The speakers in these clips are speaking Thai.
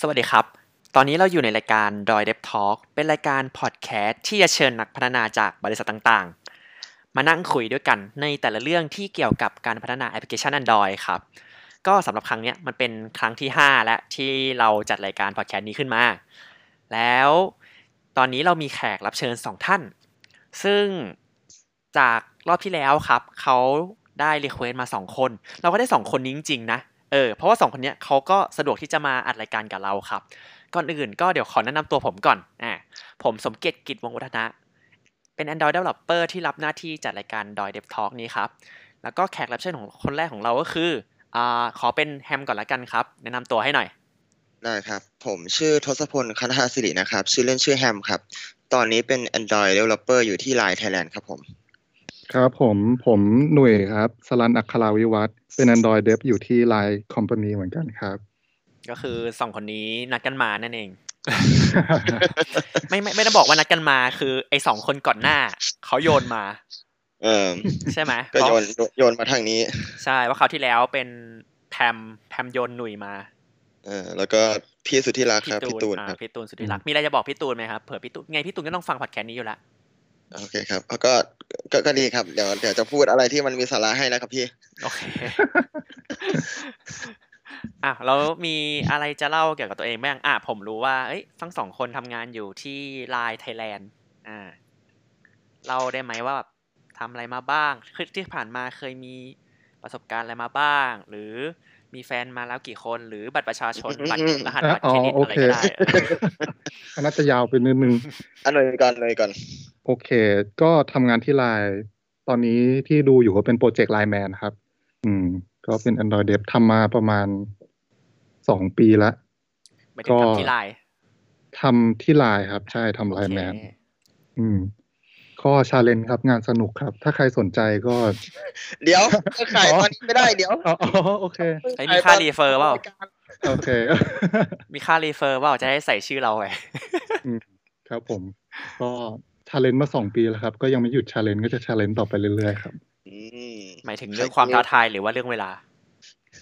สวัสดีครับ ตอนนี้เราอยู่ในรายการ d o i d e v Talk เป็นรายการพอดแคสต์ที่จะเชิญนักพัฒนาจากบริษัทต่างๆ มานั่งคุยด้วยกันในแต่ละเรื่องที่เกี่ยวกับการพัฒนาแอปพลิเคชัน Android ครับ ก็สำหรับครั้งเนี้ยมันเป็นครั้งที่ 5 และที่เราจัดรายการพอดแคสต์นี้ขึ้นมา แล้วตอนนี้เรามีแขกรับเชิญ 2 ท่าน ซึ่งจากรอบที่แล้วครับ เขาได้รีเควสต์มา 2 คน เราก็ได้ 2 คนนี้จริงๆนะ เออเพราะว่าสองคนเนี้ยเขาก็สะดวกที่จะมาอัดรายการกับเราครับ ก่อนอื่นก็เดี๋ยวขอแนะนำตัวผมก่อนอ่าผมสมเกียรติกิจวงศ์วัฒนะ เป็น Android Developer ที่รับหน้าที่จัดรายการ d o i d e v Talk นี้ครับ แล้วก็แขกรับเชิญของคนแรกของเราก็คืออ่าขอเป็นแฮมก่อนละกันครับ แนะนำตัวให้หน่อย ได้ครับ ผมชื่อทศพลคณหาสิรินะครับ ชื่อเล่นชื่อแฮมครับ ตอนนี้เป็น Android Developer อยู่ที่ Line Thailand ครับผม ครับผมผมหนุ่ยครับสลันอัคราวิวัฒน์เป็น Android Dev อยู่ที่ Line Company เหมือนกันครับ ก็คือสองคนนี้นัดกันมานั่นเอง ไม่ไม่ไม่ได้บอกว่านัดกันมาคือไอ้สองคนก่อนหน้าเขาโยนมา เออ ใช่ไหม ก็โยนโยนโยนมาทางนี้ ใช่ว่าคราวที่แล้วเป็นแพมแพมโยนหนุ่ยมา เออแล้วก็พี่สุดที่รักครับ พี่ตูน อ่า ครับ พี่ตูนสุดที่รักมีอะไรจะบอกพี่ตูนไหมครับเผื่อพี่ตูนไงพี่ตูนก็ต้องฟังพอดแคสต์นี้อยู่ละ โอเคครับแล้วก็ก็ก็ดีครับ เดี๋ยวเดี๋ยวจะพูดอะไรที่มันมีสาระให้นะครับพี่ โอเค อ่ะแล้วมีอะไรจะเล่าเกี่ยวกับตัวเองบ้างอ่ะผมรู้ว่าเอ้ยทั้งสองคนทำงานอยู่ที่ไลน์ไทยแลนด์อ่าเล่าได้ไหมว่าแบบทำอะไรมาบ้างคือที่ผ่านมาเคยมีประสบการณ์อะไรมาบ้าง หรือมีแฟนมาแล้วกี่คนหรือบัตรประชาช นบัตรรหัสบัตรเครดิตอะไรก็ได้ อันน่าจะยาวไปนิดนึง อันเลยก่อนเลยก่อน โอเค ก็ทำงานที่ Line ตอนนี้ที่ดูอยู่ก็เป็นโปรเจกต์ Line Man ครับ อืม ก็เป็น Android Dev ทำมาประมาณสองปีละ ไม่ได้ท ำที่ไลน์ ทำที่ Line ครับ ใช่ทำ โอ Line เค Man อืมก็ชาเลนจ์ครับงานสนุกครับ ถ้าใครสนใจก็ เดี๋ยว ก็ขายตอนนี้ไม่ได้เดี๋ยว อ๋ออ๋อโอเค ไอ้มีค่ารีเฟอร์เปล่า โอเค มีค่ารีเฟอร์เปล่าจะได้ใส่ชื่อเราไว้ ครับผม ก็ชาเลนจ์มาสองปีแล้วครับ ก็ยังไม่หยุดชาเลนจ์ก็จะชาเลนจ์ต่อไปเรื่อยๆครับ อืม หมายถึงเรื่องความท้าทายหรือว่าเรื่องเวลา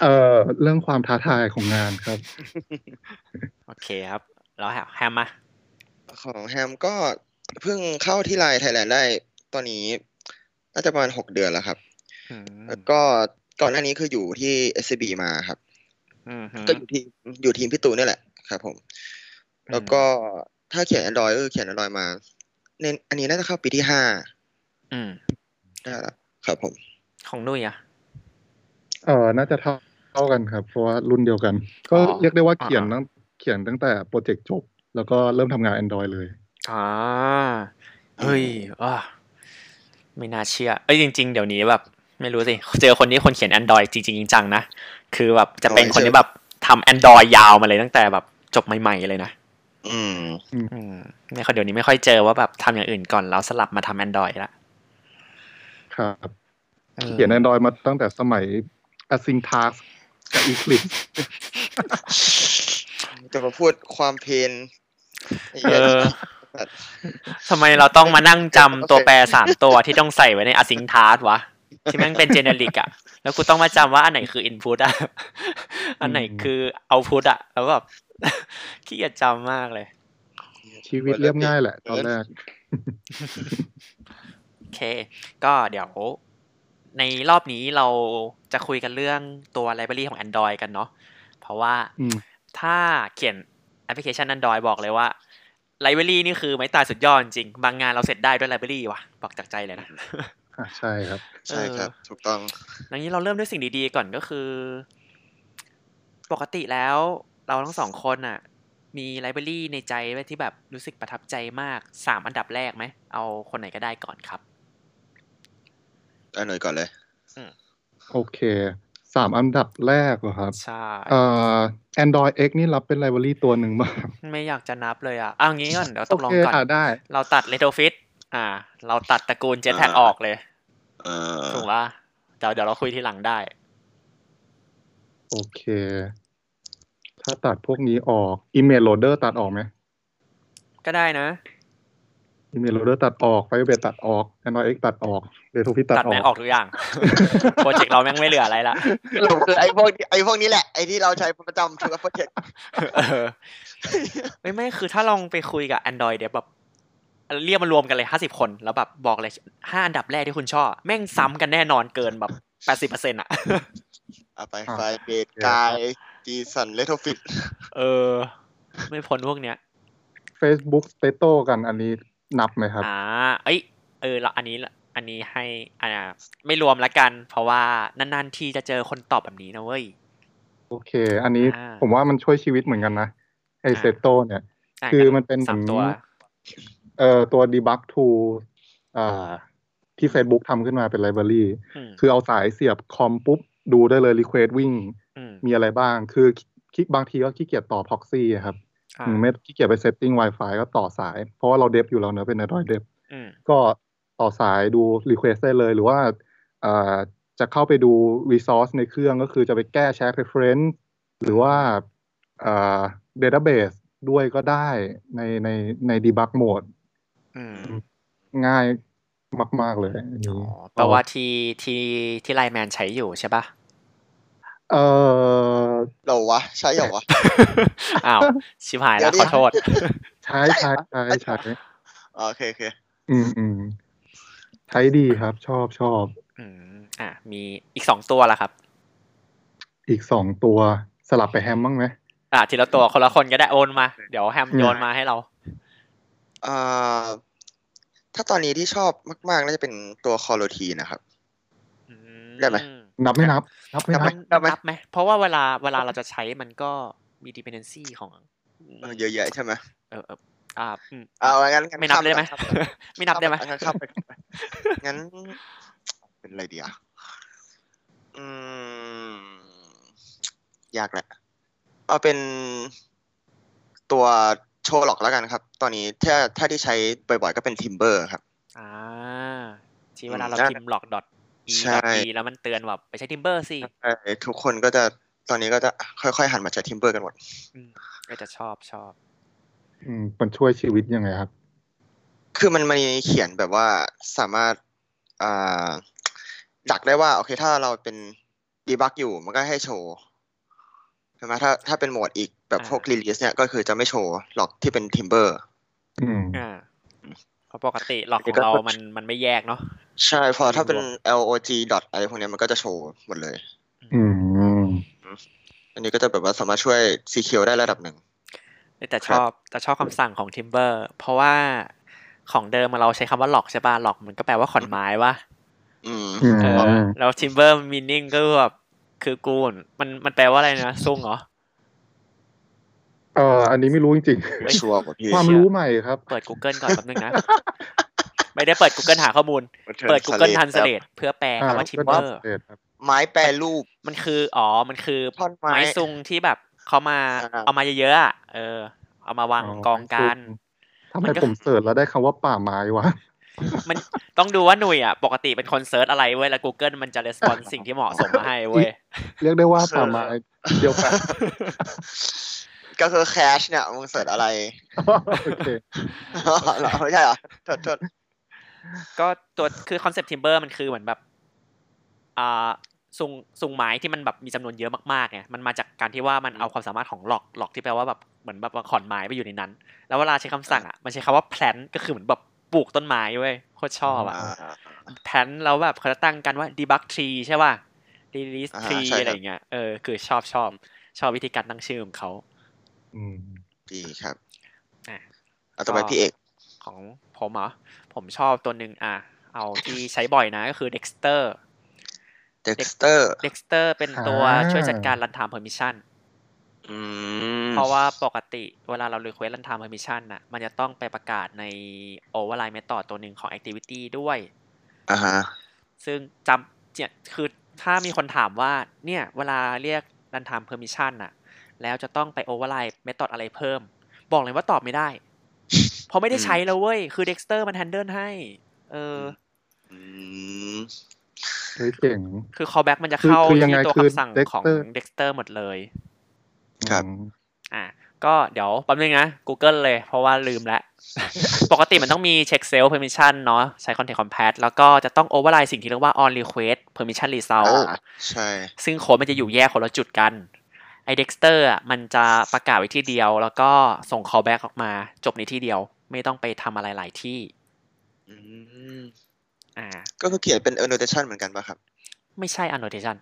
เอ่อเรื่องความท้าทายของงานครับ โอเคครับ แล้วแฮมมา ของแฮมก็เพิ่งเข้าที่ไลน์ไทยแลนด์ได้ ตอนนี้น่าจะประมาณหกเดือนแล้วครับ แล้วก็ก่อนหน้านี้คืออยู่ที่ SCB มาครับ ก็อยู่ทีมอยู่ทีมพี่ตูนนี่แหละครับผม ม แล้วก็ถ้าเขียน Android ก็คือเขียน Android มาเน้นอันนี้น่าจะเข้าปีที่ห้า อืม ได้แล้วครับผม ของนุ่ยอ่ะ เอ่อน่าจะเท่าเท่ากันครับ เพราะว่ารุ่นเดียวกัน ก็ อ๋อ เรียกได้ว่าเขียน อ่า ตั้งเขียนตั้งแต่โปรเจกต์จบ แล้วก็เริ่มทำงาน Android เลย อ่าเฮ้ยอ่าไม่น่าเชื่อ เอ้ยจริง ๆ เดี๋ยวนี้แบบ ไม่รู้สิ เจอคนนี้คนเขียน Android จริงๆจังๆนะ คือแบบจะเป็นคนที่แบบทำ Android ยาวมาเลยตั้งแต่แบบจบใหม่ๆเลยนะ อืม อืมไม่ค่อยเดี๋ยวนี้ไม่ค่อยเจอว่าแบบทำอย่างอื่นก่อนแล้วสลับมาทำ Android ละ ครับ ออ เขียน Android มาตั้งแต่สมัย Async Task กับ Eclipse จะมาพูดความเพนไอ้ เอ เหี้ย อทำไมเราต้องมานั่งจำตัวแปรสามตัวที่ต้องใส่ไว้ใน async task วะ ที่แม่งเป็น generic อะแล้วกูต้องมาจำว่าอันไหนคือ input อะอันไหนคือ output อะแล้วแบบ ขี้เกียจจำมากเลย ชีวิตเรียบง่ายแหละตอนแรก โอเค ก็เดี๋ยวในรอบนี้เราจะคุยกันเรื่องตัว library ของ Android กันเนาะ เพราะว่า อืม ถ้าเขียนแอปพลิเคชัน Android บอกเลยว่า library นี่คือไม้ตายสุดยอดจริง บางงานเราเสร็จได้ด้วย library ว่ะ บอกจากใจเลยนะ อ่ะใช่ครับ ใช่ครับ ถูกต้อง ดังนี้เราเริ่มด้วยสิ่งดีๆก่อนก็คือ ปกติแล้ว เราทั้งสองคนน่ะ มีไลบรารีในใจไว้ที่แบบรู้สึกประทับใจมากสามอันดับแรกไหม เอาคนไหนก็ได้ก่อนครับ อันหน่อยก่อนเลย โอเค สามอันดับแรกเหรอครับ ใช่ เอ่อ Android X นี่รับเป็นไลบรารีตัวหนึ่งบ้าง ไม่อยากจะนับเลยอ่ะเอางี้ก่อนเดี๋ยวตกลง โอเค ก่อน อ่ะได้ เราตัดเ t โทฟิตอ่า เราตัดตระกูลเจ t แท อ่า ออกเลย เออ ถูกว่าเดี๋ยวเดี๋ยวเราคุยทีหลังได้ โอเค ถ้าตัดพวกนี้ออก Image Loader ตัดออกไหม ก็ได้นะ อีเมลโหลเดอร์ตัดออกไฟเบตัดออกแอนดรอยเอ็กตัดออกเดทูพิตัด ตัด ออ แม่ง ก ออกทุก อย่าง โปรเจกต์เราแม่งไม่เหลืออะไรละ สรุปคือไอ้พวกนี้ไอ้พวกนี้แหละไอ้ที่เราใช้ประจำทุกโปรเจกต์ เออไม่ไม่คือถ้าลองไปคุยกับ Android เดี๋ยวแบบเรียกมารวมกันเลยห้าสิบคน แล้วแบบบอกเลยห้าอันดับแรกที่คุณชอบแม่งซ้ำกันแน่นอนเกินแบบแปดสิบเปอร์เซ็นต์อ่ะ เอาไป อ่ะ ไฟเบตกายจีสันเลโทฟิต เออ ไม่พ้นพวกเนี้ย Facebook สเตโต้กันอันนี้นับไหมครับ อ่า เอ้ย เออแล้วอันนี้ละอันนี้ให้ อ่า ไม่รวมละกัน เพราะว่านานๆทีจะเจอคนตอบแบบนี้นะเว้ย โอเค อันนี้ อ่า ผมว่ามันช่วยชีวิตเหมือนกันนะไอ อ่า เซโตเนี่ย ะ คือมันเป็น สาม เหมือน ตัว เอ่อตัว debug to อ่าที่ Facebook ทำขึ้นมาเป็นไลบรารี อืม คือเอาสายเสียบคอมปุ๊บ ดูได้เลย request วิ่ง อืม มีอะไรบ้าง คือคิดบางทีก็ขี้เกียจต่อ proxy อะครับ อ่า อืมไม่ขี้เกียจไป setting wifi ก็ต่อสาย เพราะว่าเราเดฟอยู่แล้วเนอะเป็น Android dev อืม ก็ต่อสายดู request ได้เลย หรือว่าอ่าจะเข้าไปดู resource ในเครื่องก็คือจะไปแก้ share preference หรือว่าอ่า database ด้วยก็ได้ในในใน debug mode อืม ง่ายมาก ๆ เลยอันนี้ อ๋อแปลว่าที่ที่ที่ไลน์แมนใช้อยู่ใช่ป่ะ เออ เหราวะ ใช่เหรอ วะ อ้าว ชิบหายแล้ว เดี๋ ข ยวดิ อโทษ ใช้ใช้ใช้ใช้ อ๋อโอเคโอเค อืมอืมใช้ดีครับ ชอบชอบ อืมอ่ะมีอีกสองตัวละครับ อีกสองตัวสลับไปแฮมบ้างไหม อ่ะทีละตัวคนละคนก็ได้โอนมา เดี๋ยวแฮม อืม โยนมาให้เรา อ่าถ้าตอนนี้ที่ชอบมากๆน่าจะเป็นตัวคอโรทีนะครับ อื ได้ไหม นับไม่นับ นับไม่นับ ได้ไหม นับไหมเพราะว่าเวลาเวลาเราจะใช้มันก็มี dependency ของ เออเยอะแยะใช่ไหม เออเอออ่าอืม เอางั้นงั้ ไม่นับ ข้า ได้ไหม ปก่อน ไม่นับได้ไหม ข้ามปข้ามปข้ามไปงั้น เป็นอะไรดีอ่ะอืม ยากแหละ เอาเป็นตัวโชว์หลอกแล้วกันครับ ตอนนี้ถ้าถ้าที่ใช้บ่อยๆก็เป็นทิมเบอร์ครับ อ่าที่เวลาเรา ใช่ พิมพ์หลอกดอทอี ใช่ แล้วมันเตือนแบบไปใช้ทิมเบอร์สิ เอ่อทุกคนก็จะตอนนี้ก็จะค่อยๆ หันมาใช้ทิมเบอร์กันหมด อืมก็จะชอบชอบ อืมมันช่วยชีวิตยังไงครับ คือมันมีเขียนแบบว่าสามารถอ่าดักได้ว่า โอเค ถ้าเราเป็นดีบักอยู่มันก็ให้โชว์ใช่ไหมถ้าถ้าเป็นโหมดอีกแบบพวกรีลิสเนี่ยก็คือจะไม่โชว์หรอกที่เป็นทิมเบอร์ อืม อ่าเพราะปกติหลอกของ ก็ เรามันมันไม่แยกเนาะ ใช่พอถ้าเป็น log ดอทอะไรพวกเนี้ยมันก็จะโชว์หมดเลย อืม อันนี้ก็จะแบบว่าสามารถช่วย secure ได้ระดับหนึ่ง แต่ ค ช รับ อบแต่ชอบคำสั่งของทิมเบอร์เพราะว่าของเดิมเราใช้คำว่าหลอกใช่ป่ะหลอกมันก็แปลว่าขอนไม้วะ อืม อืม เออแล้วทิมเบอร์มินนิ่งก็คือแบบคือกูนมันมันแปลว่าอะไรนะซุ่งเหรอ เอออันนี้ไม่รู้จริง ไม่ชัวร์กว่าพี่ ๆ ความรู้ใหม่ครับ เปิด Google ก่อนแป๊บนึงนะ ไม่ได้เปิด Google หาข้อมูล เปิด Google ทันส a ต e เพื่อแปลคำว่าทิมเบอร์ เครับ ไม้แปรรูป มันคืออ๋อ มันคือ ท่อนไม้ ไม้ซุงที่แบบเขามา อ่า เอามาเยอะๆอะเออ เอามาวาง อ๋อก องกัน ไม้ซุง ทำไมผมเสิร์ชแล้วได้คำว่าป่าไม้ วะ มันต้องดูว่าหนุ่ยอ่ะ ปกติเป็นคนเซิร์ชอะไรเว้ย แล้ว Google มันจะรีสป อนสิ่งที่เหมาะสมมาให้เว้ย เรียกได้ว่าป่าไม้เดียวกัน ก็คือแคชเนี่ยมึงเสิร์ชอะไร โอเค เหรอไม่ใช่เหรอโทษโทษ ก็ตัวคือคอนเซปต์ทิมเบอร์มันคือเหมือนแบบอ่าซุงซุงไม้ที่มันแบบมีจำนวนเยอะมากๆไงมันมาจากการที่ว่ามันเอาความสามารถของหลอกหลอกที่แปลว่าแบบเหมือนแบบว่าขอนไม้ไปอยู่ในนั้น แล้วเวลาใช้คำสั่งอ่ะมันใช้คำว่าแพลนก็คือเหมือนแบบปลูกต้นไม้เว้ยโคตรชอบอ่ะ อ่า แพลนแล้วแบบเขาจะตั้งกันว่า debug tree ใช่ป่ะ release อ่า tree ใช่ครับ อะไรอย่างเงี้ยเออคือชอบชอบชอบวิธีการตั้งชื่อของเขา อืม ดีครับ อ่ะ เอาต่อไปพี่เอก ของผมเหรอผมชอบตัวหนึ่งอ่ะเอาที่ใช้บ่อยนะก็คือ Dexter Dexter เด็กสเตอร์เป็นตัว อ่า ช่วยจัดการ runtime permission อืม เพราะว่าปกติเวลาเรา request runtime permission น่ะ มันจะต้องไปประกาศใน override method ตัวหนึ่งของ activity ด้วย อ่าฮะ ซึ่งจำเนี่ยคือถ้ามีคนถามว่า เนี่ย เวลาเรียก runtime permission น่ะ แล้วจะต้องไป override method อะไรเพิ่ม บอกเลยว่าตอบไม่ได้ เพราะไม่ได้ใช้แล้วเว้ย คือ Dexter มัน handle ให้ เออ ม อืม เฮ้ยเจ๋ง คือ callback มันจะเข้า คือคือยังไง ที่ตัว คือ คำสั่งของ Dexter Dexter หมดเลย ครับ อืม อ่ะ ก็เดี๋ยวแป๊บนึงนะ Google เลยเพราะ ว่าลืมแล้ว ปกติมันต้องมีเช็คเซล permission เนาะใช้ content compass แล้วก็จะต้อง override สิ่งที่เรียกว่า on request permission result อ่าใช่ ซึ่งโค้ดมันจะอยู่แยกคนละจุดกัน ไอเด็กสเตอร์อ่ะมันจะประกาศไว้ที่เดียว แล้วก็ส่ง callback ออกมาจบในที่เดียว ไม่ต้องไปทำอะไรหลายที่ อืม อ่า ก็คือเขียนเป็น annotation เหมือนกันป่ะครับ ไม่ใช่ annotation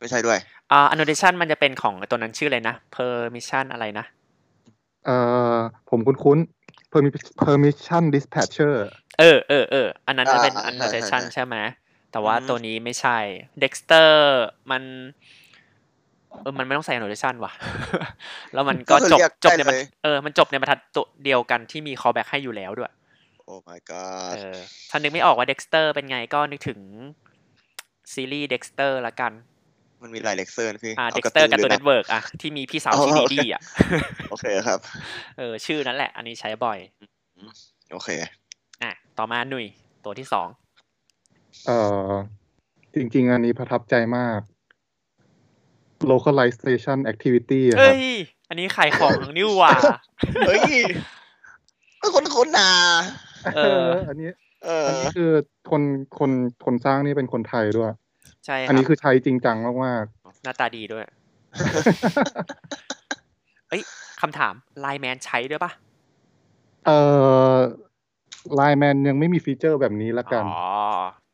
ไม่ใช่ด้วย อ่า annotation มันจะเป็นของตัวนั้นชื่ออะไรนะ permission อะไรนะ เอ่อผมคุ้นๆ permi- permission dispatcher เออเออเอออันนั้น อ่า จะเป็น อ่าใช่ annotation ใช่ใช่ ใช่ไหม แต่ว่า อืม ตัวนี้ไม่ใช่ Dexter มัน เออ มันไม่ต้องใส่ annotation ว่ะ แล้วมันก็ คือ จบ เรีย จบใน ได้ บรร เลย เออ มันจบในบรรทัดตัวเดียวกันที่มี callback ให้อยู่แล้วด้วย โอ้ my god เออถ้านึกไม่ออกว่า Dexter เป็นไงก็นึกถึง ซีรีส์ Dexter ละกัน มันมีหลายเลคเซอร์นะอ่าพี่า Dexter กับ ห ตัว อเน็ตเวิร์กอ่ะ ที่มีพี่สาว อ๋อ ชื่อดี โอเค ดีอ่ะ โอเคครับ เออ ชื่อนั้นแหละ อันนี้ใช้บ่อย โอเค อ่ะ ต่อมาหนุ่ย ตัวที่สอง เอ่อจริงๆ อันนี้ประทับใจมาก localization activity อะค เอ้ รับ ย อันนี้ขายของ นิวว่ะ เฮ้ยคนคนนา เออ อันนี้ เอ อัน อ นี้คือคนคนคนสร้างนี่เป็นคนไทยด้วย ใช่ค อัน รั นี้ บ คือใช้จริงจังมาก หน้าตาดี ด้วย เอ้ยคำถาม ไลแมนใช้ด้วยปะ ๆ เอ่อไลแมนยังไม่มีฟีเจอร์แบบนี้ละกัน อ๋อ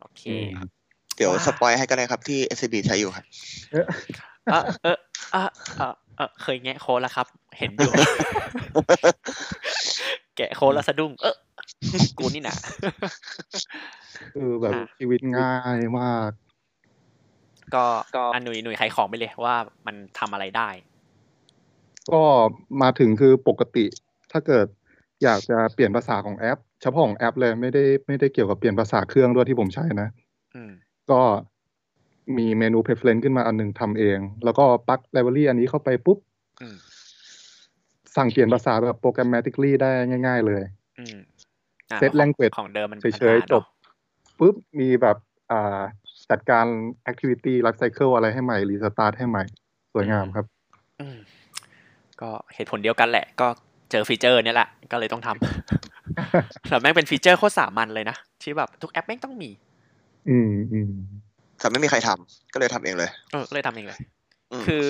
โอเค อืม เดี๋ยวสปอยให้ก็ได้ครับที่ SCB ใช้อยู่ครับ เออเออเออเออเออเคยแงะโค้ดแล้วครับ เห็นอยู่ แกะโค้ดแล้วสะดุ้ง เออกูนี่ นะ คือแบบ อ่ะ ชีวิตง่ายมาก ก็อันหนุ่ยหนุ่ยขายของไปเลยว่ามันทำอะไรได้ ก็มาถึงคือปกติ ถ้าเกิดอยากจะเปลี่ยนภาษาของแอป เฉพาะของแอปเลยไม่ได้ไม่ได้เกี่ยวกับเปลี่ยนภาษาเครื่องด้วยที่ผมใช้นะ อืม ก็มีเมนู preference ขึ้นมาอันหนึ่งทำเอง แล้วก็ปลัก library อันนี้เข้าไปปุ๊บ อืม สั่งเปลี่ยนภาษาแบบ programmatically ได้ง่าย ๆ เลย อืมอ่ะ set ของ language ของเดิมมัน เฉ มีปัญหาย เน ๆ อะ จบปุ๊บ มีแบบอ่าจัดการ activity life cycle อะไรให้ใหม่ restart ให้ใหม่ สวยงามครับ อืมก็เหตุผลเดียวกันแหละ ก็เจอฟีเจอร์เนี่ยแหละ ก็เลยต้องทำ แต่แม่งเป็นฟีเจอร์โคตรสามัญเลยนะ ที่แบบทุกแอปแม่งต้องมี อืมอืม แต่ไม่มีใครทำก็เลยทำเองเลย เออก็เลยทำเองเลย อืม คือ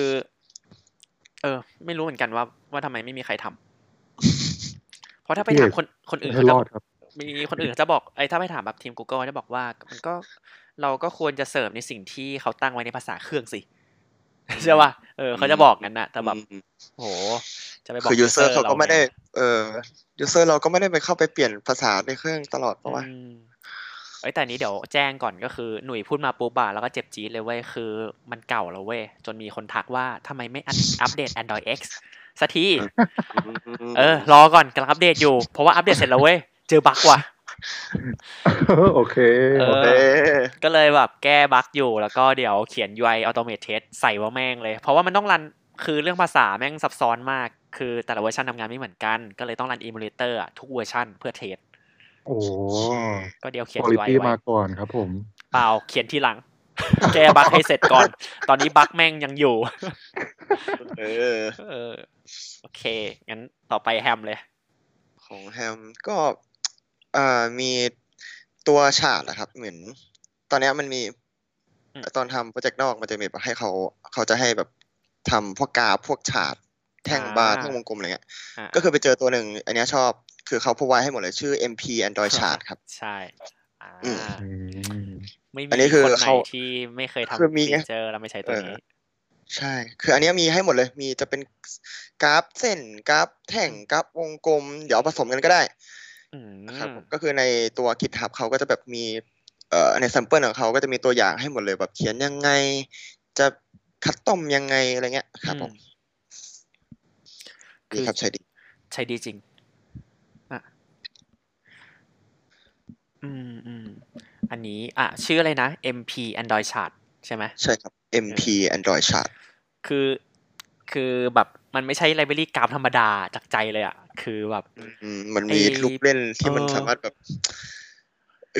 เออ ไม่รู้เหมือนกันว่าว่าทำไมไม่มีใครทำ เพราะถ้าไปถามคนคนอื่น ให้ เขา ร จะ อดครับ มีคนอื่นเขาจะบอกไอ้ยถ้าไปถามแบบทีม Google เขาจะบอกว่า มันก็เราก็ควรจะเสิร์ฟในสิ่งที่เขาตั้งไว้ในภาษาเครื่องสิใช่ป่ะเออเขาจะบอกงั้นนะแต่แบบ อืม โหจะไปบอก คือ user user เขาก็ไม่ได้ รไง เออ user เราก็ไม่ได้ไปเข้าไปเปลี่ยนภาษาในเครื่องตลอดเพราะว่า อืมเอ้ยแต่อันนี้เดี๋ยวแจ้งก่อนก็คือหนุ่ยพูดมาปุ๊บอะแล้วก็เจ็บจี๊ดเลยเว้ยคือมันเก่าแล้วเว้ย จนมีคนทักว่าทำไมไม่อัปอัปเดต Android X สักที เออ รอก่อนกำลังอัปเดตอยู่ เพราะว่าอัปเดตเสร็จแล้วเว้ย เจอบั๊กว่ะ โอเค เออ เออ ก็เลยแบบแก้บั๊กอยู่แล้วก็เดี๋ยวเขียน UI automate test ใส่ว่าแม่งเลย เพราะว่ามันต้องรันคือเรื่องภาษาแม่งซับซ้อนมาก คือแต่ละเวอร์ชันทำงานไม่เหมือนกัน ก็เลยต้องรัน emulator อะทุกเวอร์ชันเพื่อเทส โอ้ ก็เดี๋ยวเขียน คุณ UI ไว้ ภาพมาก่อนครับผม เปล่าเขียนทีหลัง แก้บั๊กให้เสร็จก่อน ตอนนี้บั๊กแม่งยังอยู่ เออ เออโอเค งั้นต่อไปแฮมเลย ของแฮมก็เอ่อมีตัวฉากนะครับ เหมือน ตอนเนี้ยมันมี อืม ตอนทำโปรเจกต์นอกมันจะมีแบบให้เขาเขาจะให้แบบทำพวกกราฟพวกฉากแท่ง อ่า บาร์แท่งวงกลมอะไรเงี้ย อ่ะ ก็คือไปเจอตัวหนึ่ง อันเนี้ยชอบ คือเขาพรอไวให้หมดเลยชื่อ MP Android Chart ครับ ใช่อ่า อืม อืม ไม่มี อันนี้คือ คนไหน เขา ที่ไม่เคย คือ ทำ มี ฟี ไง เจอร์แล้วไม่ใช้ตัว เออ นี้ ใช่ คืออันเนี้ยมีให้หมดเลย มีจะเป็นกราฟเส้นกราฟแท่งกราฟวงกลม เดี๋ยวเอาผสมกันก็ได้ อืม ครับผมก็คือในตัว GitHub เขาก็จะแบบมีเอ่อใน sample ของเขาก็จะมีตัวอย่างให้หมดเลยแบบเขียนยังไง จะคัดต้มยังไงอะไรเงี้ยครับผม คื ดี อ ครับใช้ดี ใช้ดีจริงอ่ะอืมอืมอันนี้อ่ะชื่ออะไรนะ MP Android Chart ใช่ไหม ใช่ครับ MP Android Chart คือคือแบบมันไม่ใช่ไลบรารีกราฟธรรมดาจากใจเลยอ่ะ คือแบบ อืมมันมี ไอ้ ลูกเล่นที่มัน เออ สามารถแบบ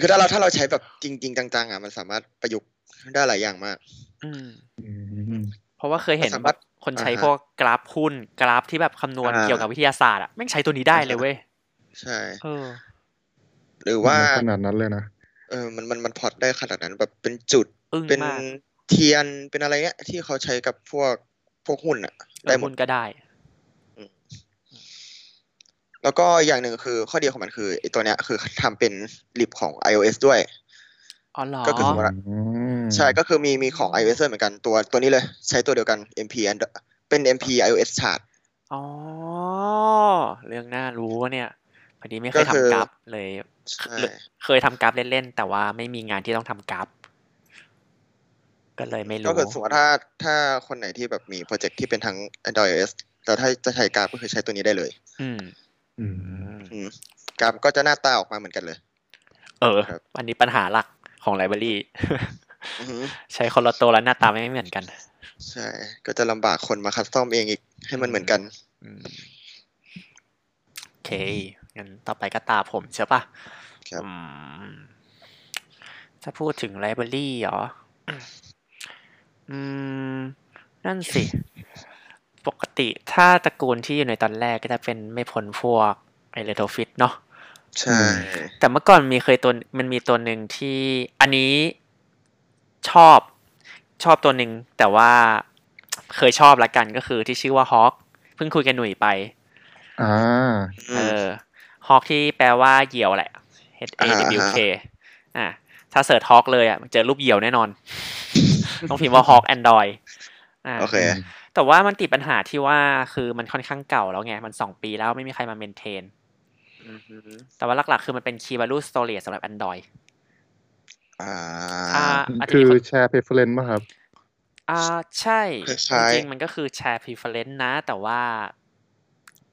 คือถ้าเราถ้าเราใช้แบบจริง ๆ จังๆอ่ะมันสามารถประยุกต์ได้หลายอย่างมาก อืม อืม เพราะว่าเคยเห็น สา แบ มารถ บ คนใช้ อ่าฮะ พวกกราฟหุ้นกราฟที่แบบคำนวณ อ่า เกี่ยวกับวิทยาศาสตร์อ่ะแม่งใช้ตัวนี้ได้เลยเว้ย ใช่ เออ หรือว่า ขนาดนั้นเลยนะ เออมันมันมันพอดได้ขนาดนั้นแบบเป็นจุด อึ้ง เป็น มาก เทียนเป็นอะไรเงี้ยที่เขาใช้กับพวกพวกหุ้นอะได้ ได้ หม หุ้ ด นก็ได้ แล้วก็อย่างหนึ่งคือข้อดีของมันคือไอ้ตัวเนี้ยคือทำเป็นลิปของ iOS ด้วย อ๋อเหรอ ก็คือสมมติว่า อืม ใช่ก็คือมีมีของ iOS ด้วยเหมือนกันตัวตัวนี้เลยใช้ตัวเดียวกัน MP and เป็น MP iOS chart อ๋อ เรื่องน่ารู้เนี่ยพอดีไม่เค ก็ ย คือ ทำกราฟเลย ใช่ เคยทำกราฟเล่นๆแต่ว่าไม่มีงานที่ต้องทำกราฟ ก็เลยไม่รู้ ก็คือสมมติว่าถ้าถ้าคนไหนที่แบบมีโปรเจกต์ที่เป็นทั้ง Android iOS แต่ถ้าจะใช้กราฟก็คือใช้ตัวนี้ได้เลย อืม อืม อืม อืมกราฟก็จะหน้าตาออกมาเหมือนกันเลย เออ ครับ อันนี้ปัญหาหลักของไลบรารี อือหือ ใช้คนละตัวแล้วหน้าตาไม่เหมือนกัน ใช่ก็จะลำบากคนมาคัสตอมเองอีกให้มันเหมือนกัน อืมโอเค งั้นต่อไปก็ตาผมใช่ปะ ครับ อืมถ้าพูดถึงไลบรารีเหรอ อืม นั่นสิ ปกติถ้าตระกูลที่อยู่ในตอนแรกก็จะเป็นไม่พ้นพวกไอเลโทฟิตเนาะ ใช่ แต่เมื่อก่อนมีเคยตัวมันมีตัวหนึ่งที่อันนี้ชอบชอบตัวหนึ่งแต่ว่าเคยชอบละกันก็คือที่ชื่อว่าฮอ k เพิ่งคุยกันหนุ่ยไป อ่า อื เอ ม อฮอ k ที่แปลว่าเหยี่ยวแหละ H A อ่า W K อ่ะถ้าเสิร์ชฮอ k เลยอ่ะเจอรูปเหยี่ยวแน่น อน ต้องพิมพ์ว่าฮอ k แอนดรอยอ่า โอเค แต่ว่ามันติดปัญหาที่ว่าคือมันค่อนข้างเก่าแล้วไง มันสองปีแล้วไม่มีใครมาเมนเทน แต่ว่าหลักๆ คือมันเป็น key value storage สำหรับ Android อ่า อ่าอาจจะ คื มี อ คน แชร์เพ e เฟรนซ์ป่ะครับ อ่าใช่ คล้ จ ายๆ ริงๆมันก็คือแชร์ preference นะ แต่ว่า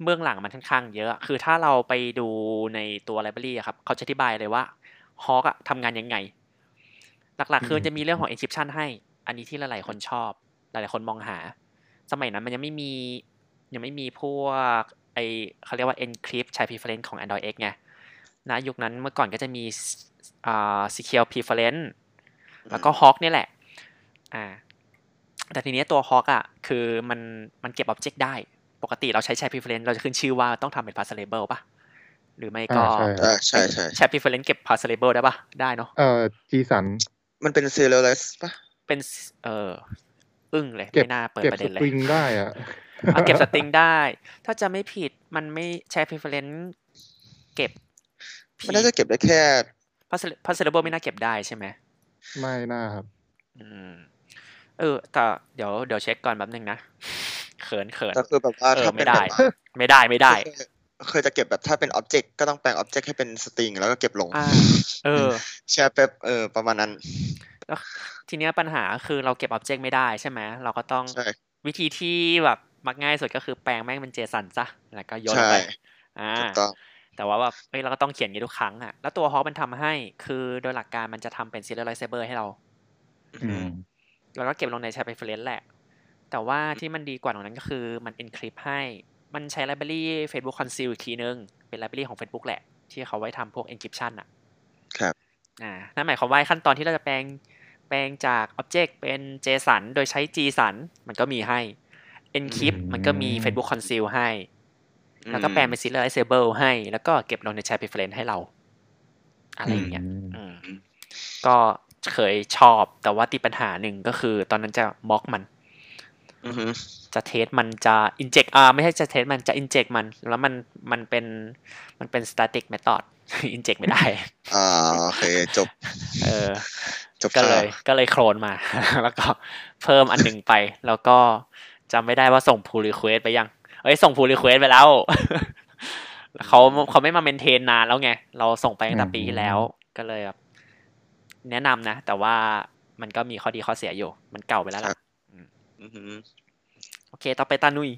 เบื้องหลังมันค่อนข้างเยอะอะคือถ้าเราไปดูในตัว library อะครับ เขาจะอธิบายเลยว่า Hawk อะทำงานยังไง หลักๆ คือมันจะมีเรื่องของ encryption ให้ อันนี้ที่หลายๆคนชอบ หลายๆคนมองหา สมัยนั้นมันยังไม่มียังไม่มีพวกไอเขาเรียกว่า encrypt ใช้ preference ของ Android X ไงนะยุคนั้นเมื่อก่อนก็จะมีสอ่า secure preference แล้วก็ Hawk เนี่ยแหละ อ่า แต่ทีเนี้ยตัว Hawk อ่ะ คือมันมันเก็บ object ได้ ปกติเราใช้ share preference เราจะขึ้นชื่อว่าต้องทำเป็น pass label ป่ะ หรือไม่ก็ อ่าใช่ อ่าใช่ใช่ share preference เก็บ pass label ได้ป่ะ ได้เนาะ เอ่อจีสัน มันเป็น serialized ปะ เป็นสเอออึ้งเลย เก็บ ไม่น่าเปิด เก็บ ประ ส เด็นเลย ตริงได้อ่ะ อ่ะเก็บสตริงได้ ถ้าจะไม่ผิดมันไม่แชร์ preference เก็บ มันน่าจะเก็บได้แค่ pass pass label ไม่น่าเก็บได้ใช่ไหม ไม่น่าครับ อืม เออ แต่เดี๋ยวเดี๋ยวเช็คก่อนแป๊บนึงนะ เขินเขิน แต่คือแบบว่า เออ ถ้าเป็น ไม่ได้ แบบว่า ไม่ได้ไม่ได้ คือเคยจะเก็บแบบถ้าเป็น object ก็ต้องแปลง object ให้เป็นสตริงแล้วก็เก็บลง อ่า เออ แชร์เป๊บเออประมาณนั้น แล้วทีเนี้ยปัญหาคือเราเก็บ object ไม่ได้ใช่ไหม เราก็ต้อง ใช่ วิธีที่แบบมักง่ายสุดก็คือแปลงแม่งเป็น JSON ซะ แล้วก็โยนออกใช่ไป อ่า ถูกต้อง แต่ว่าแบบเอ้ยเราก็ต้องเขียนอย่างนี้ทุกครั้งอ่ะ แล้วตัวฮอปมันทำให้คือโดยหลักการมันจะทำเป็น serializable ให้เรา อืม แล้วก็เก็บลงใน share preference แหละ แต่ว่าที่มันดีกว่าตรงนั้นก็คือมัน encrypt ให้ มันใช้ library Facebook Conceal อีกทีนึง เป็น library ของ Facebook แหละ ที่เขาไว้ทำพวก encryption อ่ะ ครับ อ่า นั่นหมายความว่าขั้นตอนที่เราจะแปลง แปลงจาก object เป็น JSON โดยใช้ JSON มันก็มีให้ encrypt อืม มันก็มี Facebook Conceal ให้ แล้วก็แปลงเป็น serializable ให้ แล้วก็เก็บลงใน share preference ให้เรา อะไรอย่างเงี้ย อืมก็เคยชอบแต่ว่าติดปัญหาหนึ่งก็คือ ตอนนั้นจะบล็อกมัน อือหือ จะเทสมันจะอินเจกอ่าไม่ใช่จะเทสมันจะอินเจกมัน แล้วมันมันเป็นมันเป็น static method อินเจกไม่ได้ อ่าโอเคจบ เออ จบ ก็เลย ข่าว ก็เลยโคลนมา แล้วก็เพิ่มอันหนึ่งไป แล้วก็จำไม่ได้ว่าส่ง pull request ไปยัง เอ้ย ส่ง pull request ไปแล้ว เขาเขาไม่มาเมนเทนนานแล้วไง เราส่งไปตั้งแต่ปีที่แล้ว ก็เลยแบบแนะนำนะ แต่ว่ามันก็มีข้อดีข้อเสียอยู่ มันเก่าไปแล้วล่ะ อือหือ โอเค ต่อไปตานุย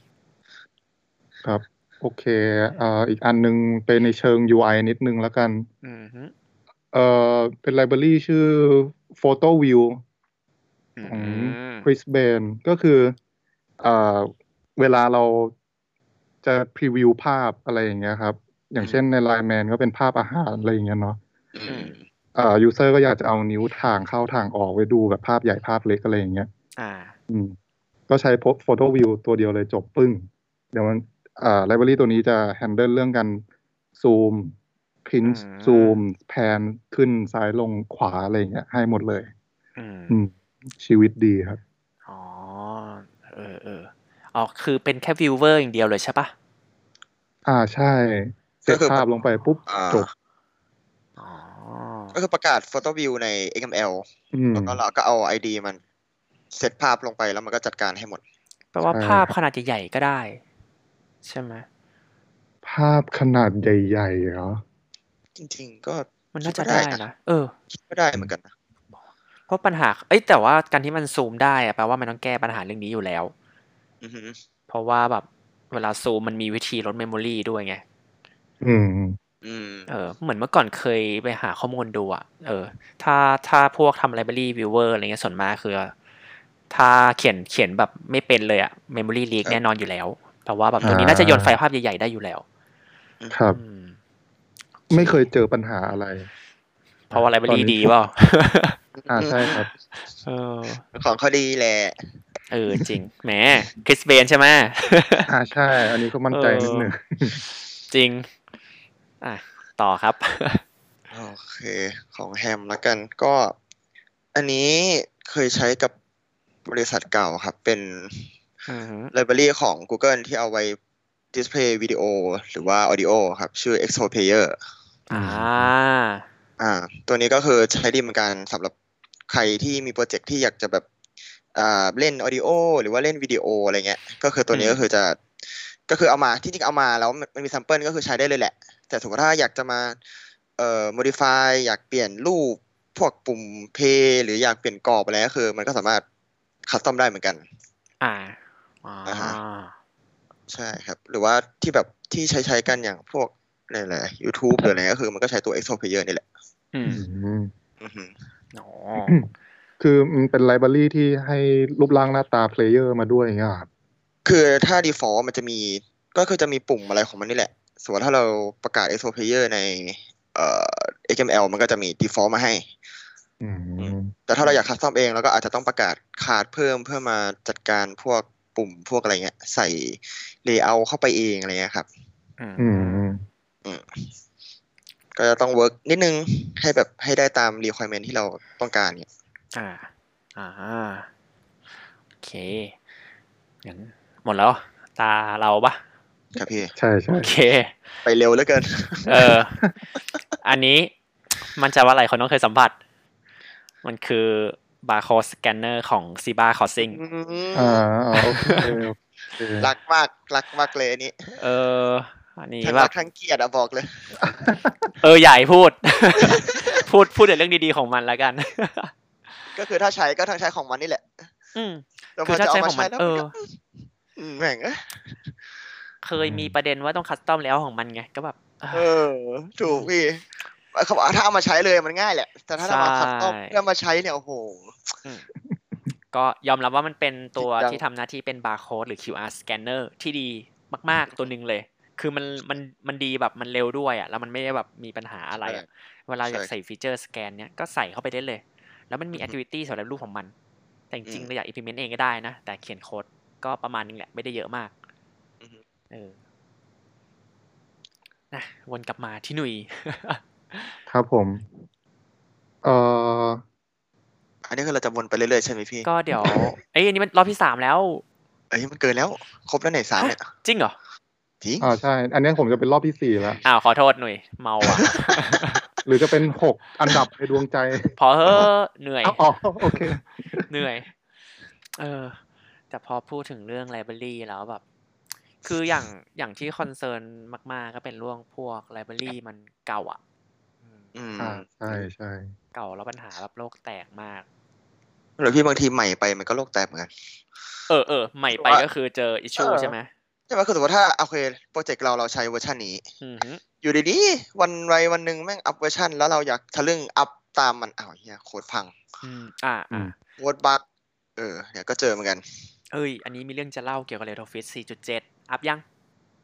ครับ โอเคเอ่ออีกอันนึงเป็นในเชิง UI นิดนึงแล้วกัน อืมฮึ เอ่อเป็นไลบรารีชื่อ Photo View อื ของ ม Brisbane ก็คือเอ่อเวลาเราจะพรีวิวภาพอะไรอย่างเงี้ยครับ อย่างเช่นใน Line Man ก็เป็นภาพอาหารอะไรอย่างเงี้ยเนาะ อืม เอ่อยูเซอร์ก็อยากจะเอานิ้วทางเข้าทางออกไว้ดูแบบภาพใหญ่ภาพเล็กอะไรอย่างเงี้ย อ่า อืม ก็ใช้ Photo View ตัวเดียวเลยจบปึ้ง เดี๋ยวมันอ่าไลบรารีตัวนี้จะแฮนเดิลเรื่องการซูมพิน อืม ซูมแพนขึ้นซ้ายลงขวาอะไรอย่างเงี้ยให้หมดเลย อืม อืม ชีวิตดีครับ อ๋อ เออเอออ๋อ คือเป็นแค่วิวเวอร์อย่างเดียวเลยใช่ปะ อ่าใช่เซ ก็ ต คือ ภาพลงไปปุ๊บ อ่า จบ อ๋อ ก็คือประกาศ Photo View ใน XML อืม แล้วก็เราก็เอา ID มันเซตภาพลงไปแล้วมันก็จัดการให้หมด แปลว่า ใช่ ภาพขนาดใหญ่ๆก็ได้ ใช่ไหม ภาพขนาดใหญ่ๆเหรอ จริง ๆ ก็ มันน่าจะได้นะ เออ คิดว่าได้เหมือนกันนะ เพราะปัญหา เอ้ยแต่ว่าการที่มันซูมได้อะแปลว่ามันต้องแก้ปัญหาเรื่องนี้อยู่แล้ว อือหือ เพราะว่าแบบเวลาซูมมันมีวิธีลดเมมโมรีด้วยไง อืม อืม เออ เหมือนเมื่อก่อนเคยไปหาข้อมูลดูอะเออ ถ้าถ้าพวกทำไลบรารีวิวเวอร์อะไรเงี้ยส่วนมากคือ ถ้าเขียนเขียนแบบไม่เป็นเลยอะเมมโมรีลีก ครับ แน่นอนอยู่แล้ว เพราะว่าแบบ อ่า ตัวนี้น่าจะโยนไฟล์ภาพใหญ่ๆได้อยู่แล้ว ครับ อืม ไม่เคยเจอปัญหาอะไร เพราะว่าไลบรารี ตอนนี้ ดีเปล่า อ่าใช่ครับ เออ ของเขาดีแหละ เออจริง แหมคริสเบนใช่ไหม อ่าใช่ อันนี้ก็มั่นใจนิดหนึ่ง จริง อ่ะ ต่อครับ โอเค ของแฮมแล้วกันก็อันนี้เคยใช้กับบริษัทเก่าครับ เป็น อือฮึ ไลบรารีของ Google ที่เอาไว้ display วิดีโอหรือว่า audio ครับ ชื่อ EXO Player อื อ่า ม อ่า ตัวนี้ก็คือใช้ดีเหมือนกันสำหรับใครที่มีโปรเจกต์ที่อยากจะแบบอ่าเล่น audio หรือว่าเล่นวิดีโออะไรเงี้ย ก็คือตัวนี้ อืม ก็คือจะก็คือเอามาที่จริงเอามาแล้วมันมันมี s ัมเปิลก็คือใช้ได้เลยแหละ แต่สมมติถ้าอยากจะมาเอ่อ modify อยากเปลี่ยนรูปพวกปุ่มเพย์หรืออยากเปลี่ยนกรอบอะไรก็คือ มันก็สามารถคัสตอมได้เหมือนกัน อ่าอ่า อ่าฮะ ใช่ครับ หรือว่าที่แบบที่ใช้ใช้ๆกันอย่างพวกอะไรแหละ YouTube หรืออะไรก็คือมันก็ใช้ตัว EXO Player นี่แหละ อืม อืม อือฮึ อ๋อ คือมันเป็นไลบรารีที่ให้รูปร่างหน้าตาเพลเยอร์มาด้วยอย่างเงี้ยครับ คือถ้า default มันจะมีก็คือจะมีปุ่มอะไรของมันนี่แหละ ส่วนถ้าเราประกาศ EXO Player ในเอ่อ XML มันก็จะมี default มาให้ อืม แต่ถ้าเราอยากคัสตอมเองเราก็อาจจะต้องประกาศขาดเพิ่มเพื่อมาจัดการพวกปุ่มพวกอะไรเงี้ย ใส่ layout เข้าไปเองอะไรเงี้ยครับ อืม อืม ก็จะต้อง work นิดนึงให้แบบให้ได้ตาม requirement ที่เราต้องการเนี่ย อ่า อ่า โอเคงั้นหมดแล้ว ตาเราปะ ครับพี่ ใช่ โอ ใช่ เค ไปเร็วเหลือเกิน เออ อันนี้มันใจะว่าหลายคนต้องเคยสัมผัส มันคือบาร์โค้ดสแกนเนอร์ของซีบาคอสซิง อ่าอ่าโอเคโอเค รักมากรักมากเลยอันนี้ เออ อันนี้ ทั้ง แบ รับ กทั้งเกลียดอะบอกเลย เออ ใหญ่าให้พูด พูดพูดแต่เรื่องดีๆของมันแล้วกัน ก็คือถ้าใช้ก็ทั้งใช้ของมันนี่แหละ อืม แล้ว คือถ้า จะ ใช้ เม ของมัน แล้ว เอ มัน อ ก็อืมแหม่งเอ้ย เคยมีประเด็นว่าต้องคัสตอมแล้วของมันไง ก็แบบอ่ะ เออ ถูกพี่เขาบอกว่าถ้าเอามาใช้เลยมันง่ายแหละ แต่ถ้าเรามาคัดต้ม ใช่ เพื่อมาใช้เนี่ยโอ้โห ก็ยอมรับว่ามันเป็นตัว จริงจัง ที่ทำหน้าที่เป็นบาร์โค้ดหรือ QR scanner ที่ดีมาก ๆ ตัวหนึ่งเลย คือมันมันมันดีแบบมันเร็วด้วยอ่ะ แล้วมันไม่ได้แบบมีปัญหาอะไรอ่ะ เวลาอยากใส่ฟีเจอร์สแกนเนี้ยก็ใส่เข้าไปได้เลย แล้วมันมี อือฮึ activity สำหรับรูปของมัน แต่จริง อื ๆ ม เราอยาก implement เองก็ได้นะ แต่เขียนโค้ดก็ประมาณนึงแหละ ไม่ได้เยอะมาก อือฮึ เออนะวนกลับมาที่หนุ ย ครับผม เอ่อ อันนี้คือเราจะวนไปเรื่อยๆใช่ไหมพี่ ก็เดี๋ยว เอ้ยอันนี้มันรอบที่สามแล้ว เอ้ยมันเกินแล้ว ครบแล้วไหนสามเนี่ย จริงเหรอ จริง อ่าใช่ อันนี้ผมจะเป็นรอบที่สี่แล้ว อ้าว ขอโทษหนุ่ยเมาอ่ะ หรือจะเป็นหกอันดับในดวง ใจ พอเฮ้อะเหนื่อย อ๋อโอเค เหนื่อย เออ แต่พอพูดถึงเรื่องไลบรารีแล้วแบบ คืออย่างอย่างที่คอนเซิร์นมาก ๆ ก็เป็นเรื่องพวกไลบรารีมันเก่าอ่ะอืม อืม อ่าใช่ใช่ เก่าแล้วปัญหาแบบโลกแตกมาก หรือพี่บางทีใหม่ไปมันก็โลกแตกเหมือนกัน เออเออใหม่ไปก็คือเจออิชชูใช่ไหม ใช่ไหมคือสมมติว่าถ้าโอเคโปรเจกต์เราเราใช้เวอร์ชันนี้ อืมฮึ อยู่ดีๆวันไรวันหนึ่งแม่งอัพเวอร์ชันแล้วเราอยากทะลึ่งอัพตามมันอ้าวเฮียโคตรพัง อืมอ่า อื อ่าม โคตรบั๊กเออเนี่ยก็เจอเหมือนกัน เอ้ย อันนี้มีเรื่องจะเล่าเกี่ยวกับ LibreOffice 4.7 อัพยัง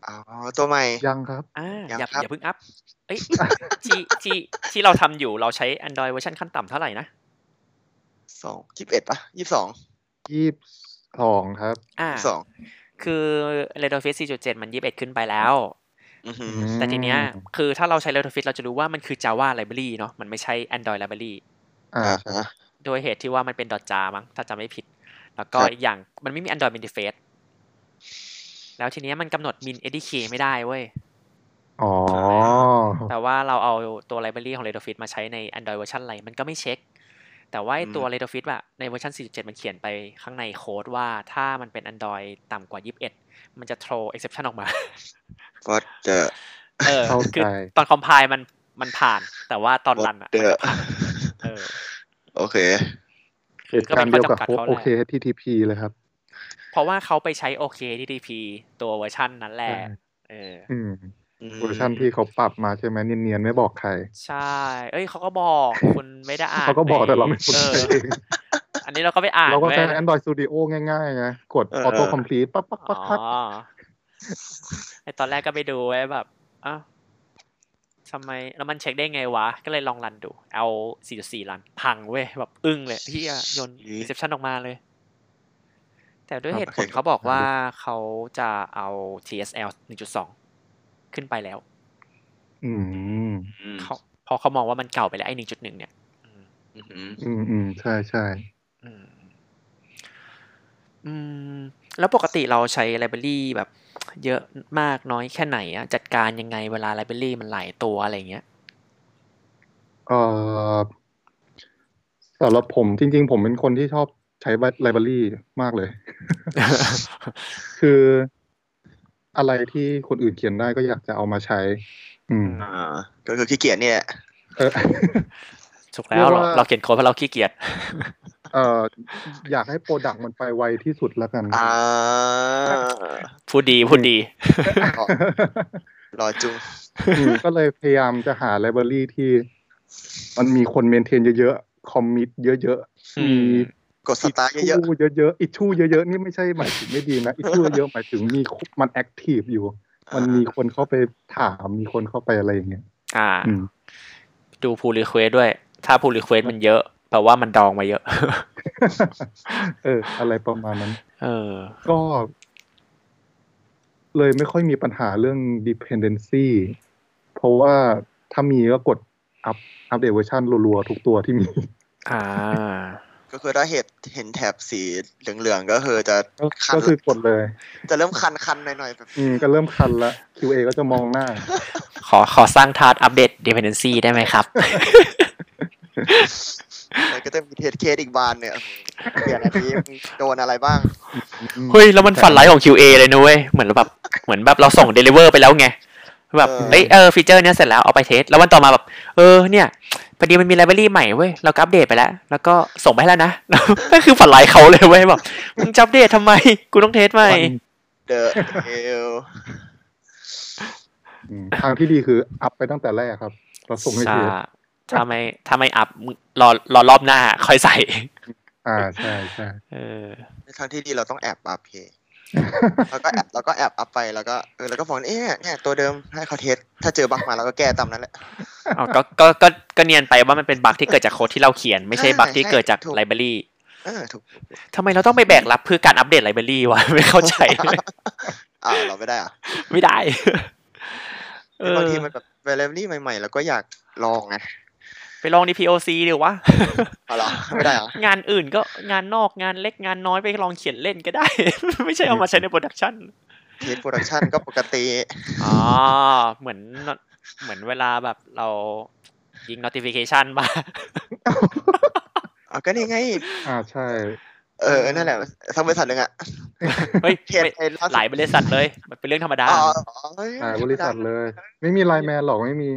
อ๋อตัวใหม่ ยังครับ อ่า ยัง อย่า ครับ อย่าเพิ่งอัพเอ้ย ที่ที่ที่เราทำอยู่เราใช้ Android เวอร์ชันขั้นต่ำเท่าไหร่นะ สองยี่สิบเอ็ดปะยี่สิบสอง ยี่ สองครับ อ่า สอง คือ Redolphis 4.7 มัน 21 ขึ้นไปแล้ว อือหือ อืม แต่ทีเนี้ยคือถ้าเราใช้ Redolphis เราจะรู้ว่ามันคือ Java Library เนาะมันไม่ใช่ Android Library อ่า อ่าฮะ โดยเหตุที่ว่ามันเป็น .jar มั้งถ้าจำไม่ผิด แล้วก็ ครับ อีกอย่างมันไม่มี Android Interface แล้วทีเนี้ยมันกำหนด min SDK ไม่ได้เว้ย อ๋อ แต่ว่าเราเอาตัวไลบรารีของ Redolphis มาใช้ใน Android เวอร์ชันอะไรมันก็ไม่เช็ค แต่ว่าไอ้ตัว อืม Redolphis อะในเวอร์ชัน 47 มันเขียนไปข้างในโค้ดว่าถ้ามันเป็น Android ต่ำกว่า 21 มันจะ throw exception ออกมา ก็จะ เออ เข้าคืใจอตอน compile มันมันผ่าน แต่ว่าตอนรันอะ เดอะ เออ โอเค เหตุการณ์เดียวกับ ข้อ โอ แหละ เค HTTP เลยครับ เพราะว่าเขาไปใช้ OK TTP ตัวเวอร์ชันนั้นแหละ ใช่ เออ อืมเวอร์ชันที่เขาปรับมาใช่ไหมเนียนๆไม่บอกใคร ใช่ เอ้ยเขาก็บอกคุณไม่ได้อ่าน เขาก็บอกแต่เราไม่สน เอ ใจ อ เอง อันนี้เราก็ไปอ่าน เราก็ใช้ ว้ย Android Studio ง่ายๆไงกด เออ Auto Complete ปั๊บปั๊บ อ๋ ปั๊บปั๊บ อไอตอนแรกก็ไปดูไว้แบบอ้าวทำไมแล้วมันเช็คได้ไงวะ ก็เลยลองรันดู เอา 4.4 รัน พังเว้ย แบบอึ้งเลยที่โยน อี๋ exception ออกมาเลย แต่ด้วย ครับ เหตุผล โอเค เขาบอกว่าเขาจะเอา TSL 1.2 ขึ้นไปแล้ว อืม อืม เขาเพอเขามองว่ามันเก่าไปแล้วไอ้ 1.1 เนี่ย อืม อือหือ อืมอืมใช่ใช่ อืมอืม แล้วปกติเราใช้ไลบรารีแบบ เยอะมากน้อยแค่ไหนอะจัดการยังไงเวลาไลบรารีมันหลายตัวอะไร เงี้ย เอ่อสำหรับผมจริง ๆ ผมเป็นคนที่ชอบใช้ไลบรารีมากเลย คืออะไรที่คนอื่นเขียนได้ก็อยากจะเอามาใช้ อืม อ่าก็คือขี้เกียจเนี่ย เอ อ ถูกแล้ว เรียก เรา ว่า เราเขียนโค้ดเพราะเราขี้เกียจ เอ่ออยากให้โปรดักต์มันไปไวที่สุดแล้วกัน อ่า พูดดีพูดดี รอจุง อื มก็เลยพยายามจะหาไลบรารีที่ มันมีคนเมนเทนเยอะๆ คอมมิตเยอะ อืมๆมี กดสตาร์ทเยอะ ชูเยอะๆ อิชชูเยอะๆ นี่ไม่ใช่หมายถึงไม่ดีนะ อิชชูเยอะๆ หมายถึงมีมันแอคทีฟอยู่ ๆ มันมีคนเข้าไปถาม มีคนเข้าไปอะไรอย่างเงี้ย อ่า อืม ดู pull request ด้วย ถ้า pull request มันเยอะแปลว่ามันดองมาเยอะ เออ อะไรประมาณนั้น เออ ก็ เลยไม่ค่อยมีปัญหาเรื่อง dependency เพราะว่าถ้ามีก็กดอัปอัปเดตเวอร์ชันรัวๆ ทุกตัวที่ มี อ่า ก็คือถ้าเห็นเห็นแถบสีเหลืองๆ ก็คือจะ ก็ คัน ก็คือกดเลย จะเริ่มคันคันๆหน่อยๆแบบ อืมก็เริ่มคันละ QA ก็จะมองหน้า ขอขอสร้างทาร์อัปเดต dependency ได้ไหมครับ มันก็จะมีเทสเคสอีกบานเนี่ยเปลี่ยนอันนี้มึงโดนอะไรบ้าง อืม เฮ้ย แล้วมันฝันร้ายของ QA เลยนะเว้ย เหมือนแบบ เหมือนแบบเราส่ง deliver ไปแล้วไง แบบ เออ เอ้ยเออฟีเจอร์เนี้ยเสร็จแล้วเอาไปเทส แล้ววันต่อมาแบบ เออเนี่ยพอดีมันมีไลบรารีใหม่เว้ย เราก็อัปเดตไปแล้ว แล้วก็ส่งไปให้แล้วนะ นั่นคือฝันร้ายเขาเลยเว้ยแบบมึงจะอัปเดตทำไม กูต้องเทสใหม่ เดอะเอล อืมทางที่ดีคืออัพไปตั้งแต่แรกครับ เราส่งให้เทส ถ้าไม่ถ้าไม่อัพมึงรอรอรอบหน้าค่อยใส่ อ่าใช่ใช่ เออ ในทางที่ดีเราต้องแอบอัพเพย์ แล้วก็แอบแล้วก็แอบอัพไปแล้วก็เออแล้วก็ฟอนเอ๊ะเนี่ยตัวเดิมให้เขาเทสถ้าเจอบั๊กมาเราก็แก้ตามนั้นแหละ อ๋อก็ก็ก็ก็เนียนไปว่ามันเป็นบั๊กที่เกิดจากโค้ดที่เราเขียน ไม่ใช่บั๊กที่เกิดจาก ใช่ถูก ไลบรารี เออถูก ทำไมเราต้องไปแบกรับเพื่อการอัปเดตไลบรารีวะไม่เข้าใจ เลย อ่าเราไม่ได้อ่ะ ไม่ได้ เออบ างที มันแบบเวลลี่ใหม่ๆเราก็อยากลองไง ไปลองใน POC ดีวะ เอาเหรอไม่ได้เหรอ่ะ งานอื่นก็งานนอกงานเล็กงานน้อยไปลองเขียนเล่นก็ได้ ไม่ใช่เอามาใช้ในโปรดักชัน เทสโปรดักชันก็ปกติ อ๋อ เหมือนเหมือนเวลาแบบเรายิง notification มา อ่ะก็นี่ไง อ่าใช่ เออ นั่นแหละทั้งบริษัทหนึ่งอะ เฮ้ย เทส ไม่ เทสล่าสุด หลายบริษัทเลย มันเป็นเรื่องธรรมดา อ๋อเฮ้ย หายบริษัทเลย ไม่มีไลน์แมนหรอกไม่มี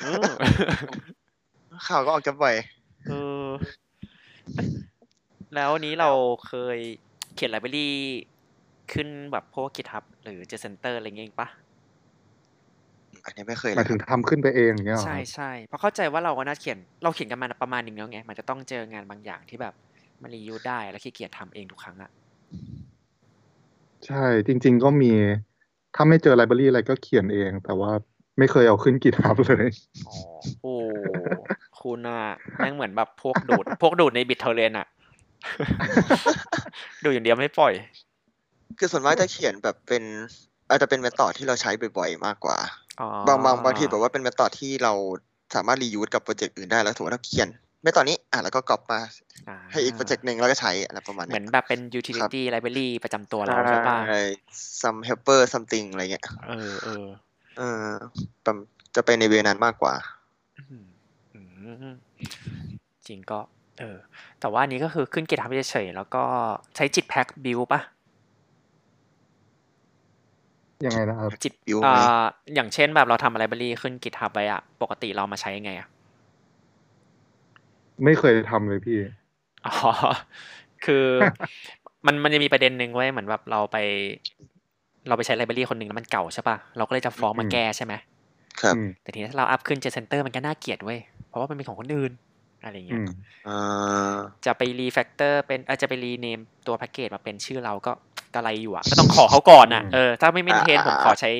เออ ข่าวก็ออกจะบ่อย เออแล้วนี้เราเคยเขียนไลบรารีขึ้นแบบพวก GitHub หรือ JCenter อะไรเงี้ยอีกปะ อันนี้ไม่เคย ห เล มาย ยถึงทำขึ้นไปเองอย่างเงี้ยหรอ ใช่ใช่เพราะเข้าใจว่าเราก็น่าเขียนเราเขียนกันมาประมาณหนึ่งแล้วไง มันจะต้องเจองานบางอย่างที่แบบมันรียูได้แล้วขี้เกียจทำเองทุกครั้งอะ ใช่ จริง ๆ ก็มี ถ้าไม่เจอไลบรารีอะไรก็เขียนเอง แต่ว่าไม่เคยเอาขึ้นกิทับเลย อ๋อโอ้คุณอะแม่งเหมือนแบบพวกดูด พวกดูดในบิตเทอร์เรนอะ ดูอย่างเดียวไม่ปล่อย คือส่วนมากจะเขียนแบบเป็น อาจจะเป็นเมธอดที่เราใช้บ่อยๆมากกว่า อ๋อบ างบางบางทีแบบว่าเป็นเมธอดที่เราสามารถรียูสกับโปรเจกต์อื่นได้แล้วสมมติเราเขียนเมธอดนี้อ่ะแล้วก็กรอบมา า ให้อีกโปรเจกต์หนึ่งแล้วก็ใช้อะไรประมาณ เหมือเนี้น ย แบบเป็น ครับ utility library ประจำตัวเราใช่ป่ะ ใช่ some helper something อะไรเงี้ย เออเออ เออประมาณจะไปในเวนั้นมากกว่า อืมอืมจริงก็ เออ แต่ว่าอันนี้ก็คือขึ้น GitHub เฉยๆแล้วก็ใช้จิตแพ็กบิวปะ ยังไงนะครับ จิต build อ่ ไหม าอย่างเช่นแบบเราทำอะไรบรีขึ้น GitHub ไปอะปกติเรามาใช้ยังไงอะ ไม่เคยทำเลยพี่ อ๋อ คือมันมันจะมีประเด็นหนึ่งไว้ยเหมือนแบบเราไป เราไปใช้ไลบรารีคนหนึ่งแล้วมันเก่าใช่ปะเราก็เลยจะฟ้องมา อืม แก้ใช่ไหม ครับ อืม แต่ทีนี้ถ้าเราอัพขึ้นเจ Center มันก็น่าเกลียดเว้ย เพราะว่ามันเป็นของคนอื่น อะไรอย่างเงี้ อื ย ม อ่า จะไปรีแฟกเตอร์เป็นอาจจะไปรีเนมตัวแพ็กเกจมาเป็นชื่อเราก็กะไรอยู่อ่ ะ ก็ต้องขอเขาก่อนนะเออถ้าไม่เมนเทนผมขอใช้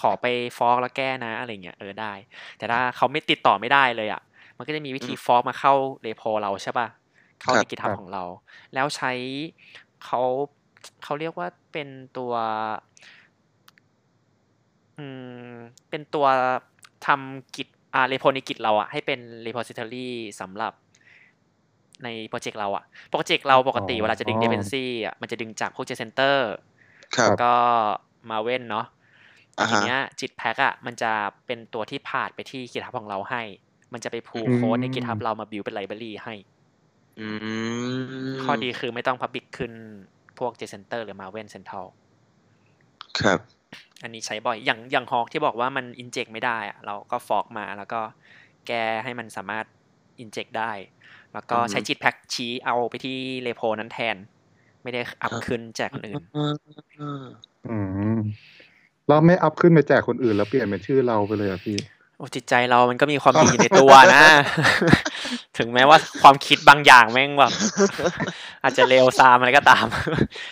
ขอไปฟอกแล้วแก้นะ อะไรเงี้ยเออได้ แต่ถ้าเขาไม่ติดต่อไม่ได้เลยอ่ะ มันก็จะมีวิธีฟอกมาเข้าเรโพเราใช่ป่ะ เข้าในกิทับของเรา แล้วใช้เขาเขาเรียกว่าเป็นตัว อืมเป็นตัวทำกิจอ่าเรโพในกิจเราอะให้เป็น repository สำหรับในโปรเจกต์เราอะโปรเจกต์เราปกติเวลาจะดึง dependency อะมันจะดึงจากพวก JCenter ครับ แล้วก็มาเว้นเนาะ อ่าฮะ ทีเนี้ยจิตแพ็กอะมันจะเป็นตัวที่ผ่านไปที่ GitHub ของเราให้ มันจะไปพูลโค้ดใน GitHub เรามาบิวเป็นไลบรารีให้ อืม ข้อดีคือไม่ต้อง Public ขึ้นพวก JCenter หรือมาเว้น Central ครับ อันนี้ใช้บ่อย อย่างอย่างฮอกที่บอกว่ามันอินเจกไม่ได้อะเราก็ฟอกมาแล้วก็แก้ให้มันสามารถอินเจกได้ แล้วก็ อือฮึ ใช้จิตแพ็กชี้เอาไปที่เลโพนั้นแทน ไม่ได้อัพขึ้นจากคนอื่น อ่า อืมเราไม่อัพขึ้นไปแจกคนอื่นแล้วเปลี่ยนเป็นชื่อเราไปเลยเหรอะพี่ โอ้จิตใจเรามันก็มีความดีในตัวนะ ถึงแม้ว่าความคิดบางอย่างแม่งแบบอาจจะเลวซามอะไรก็ตาม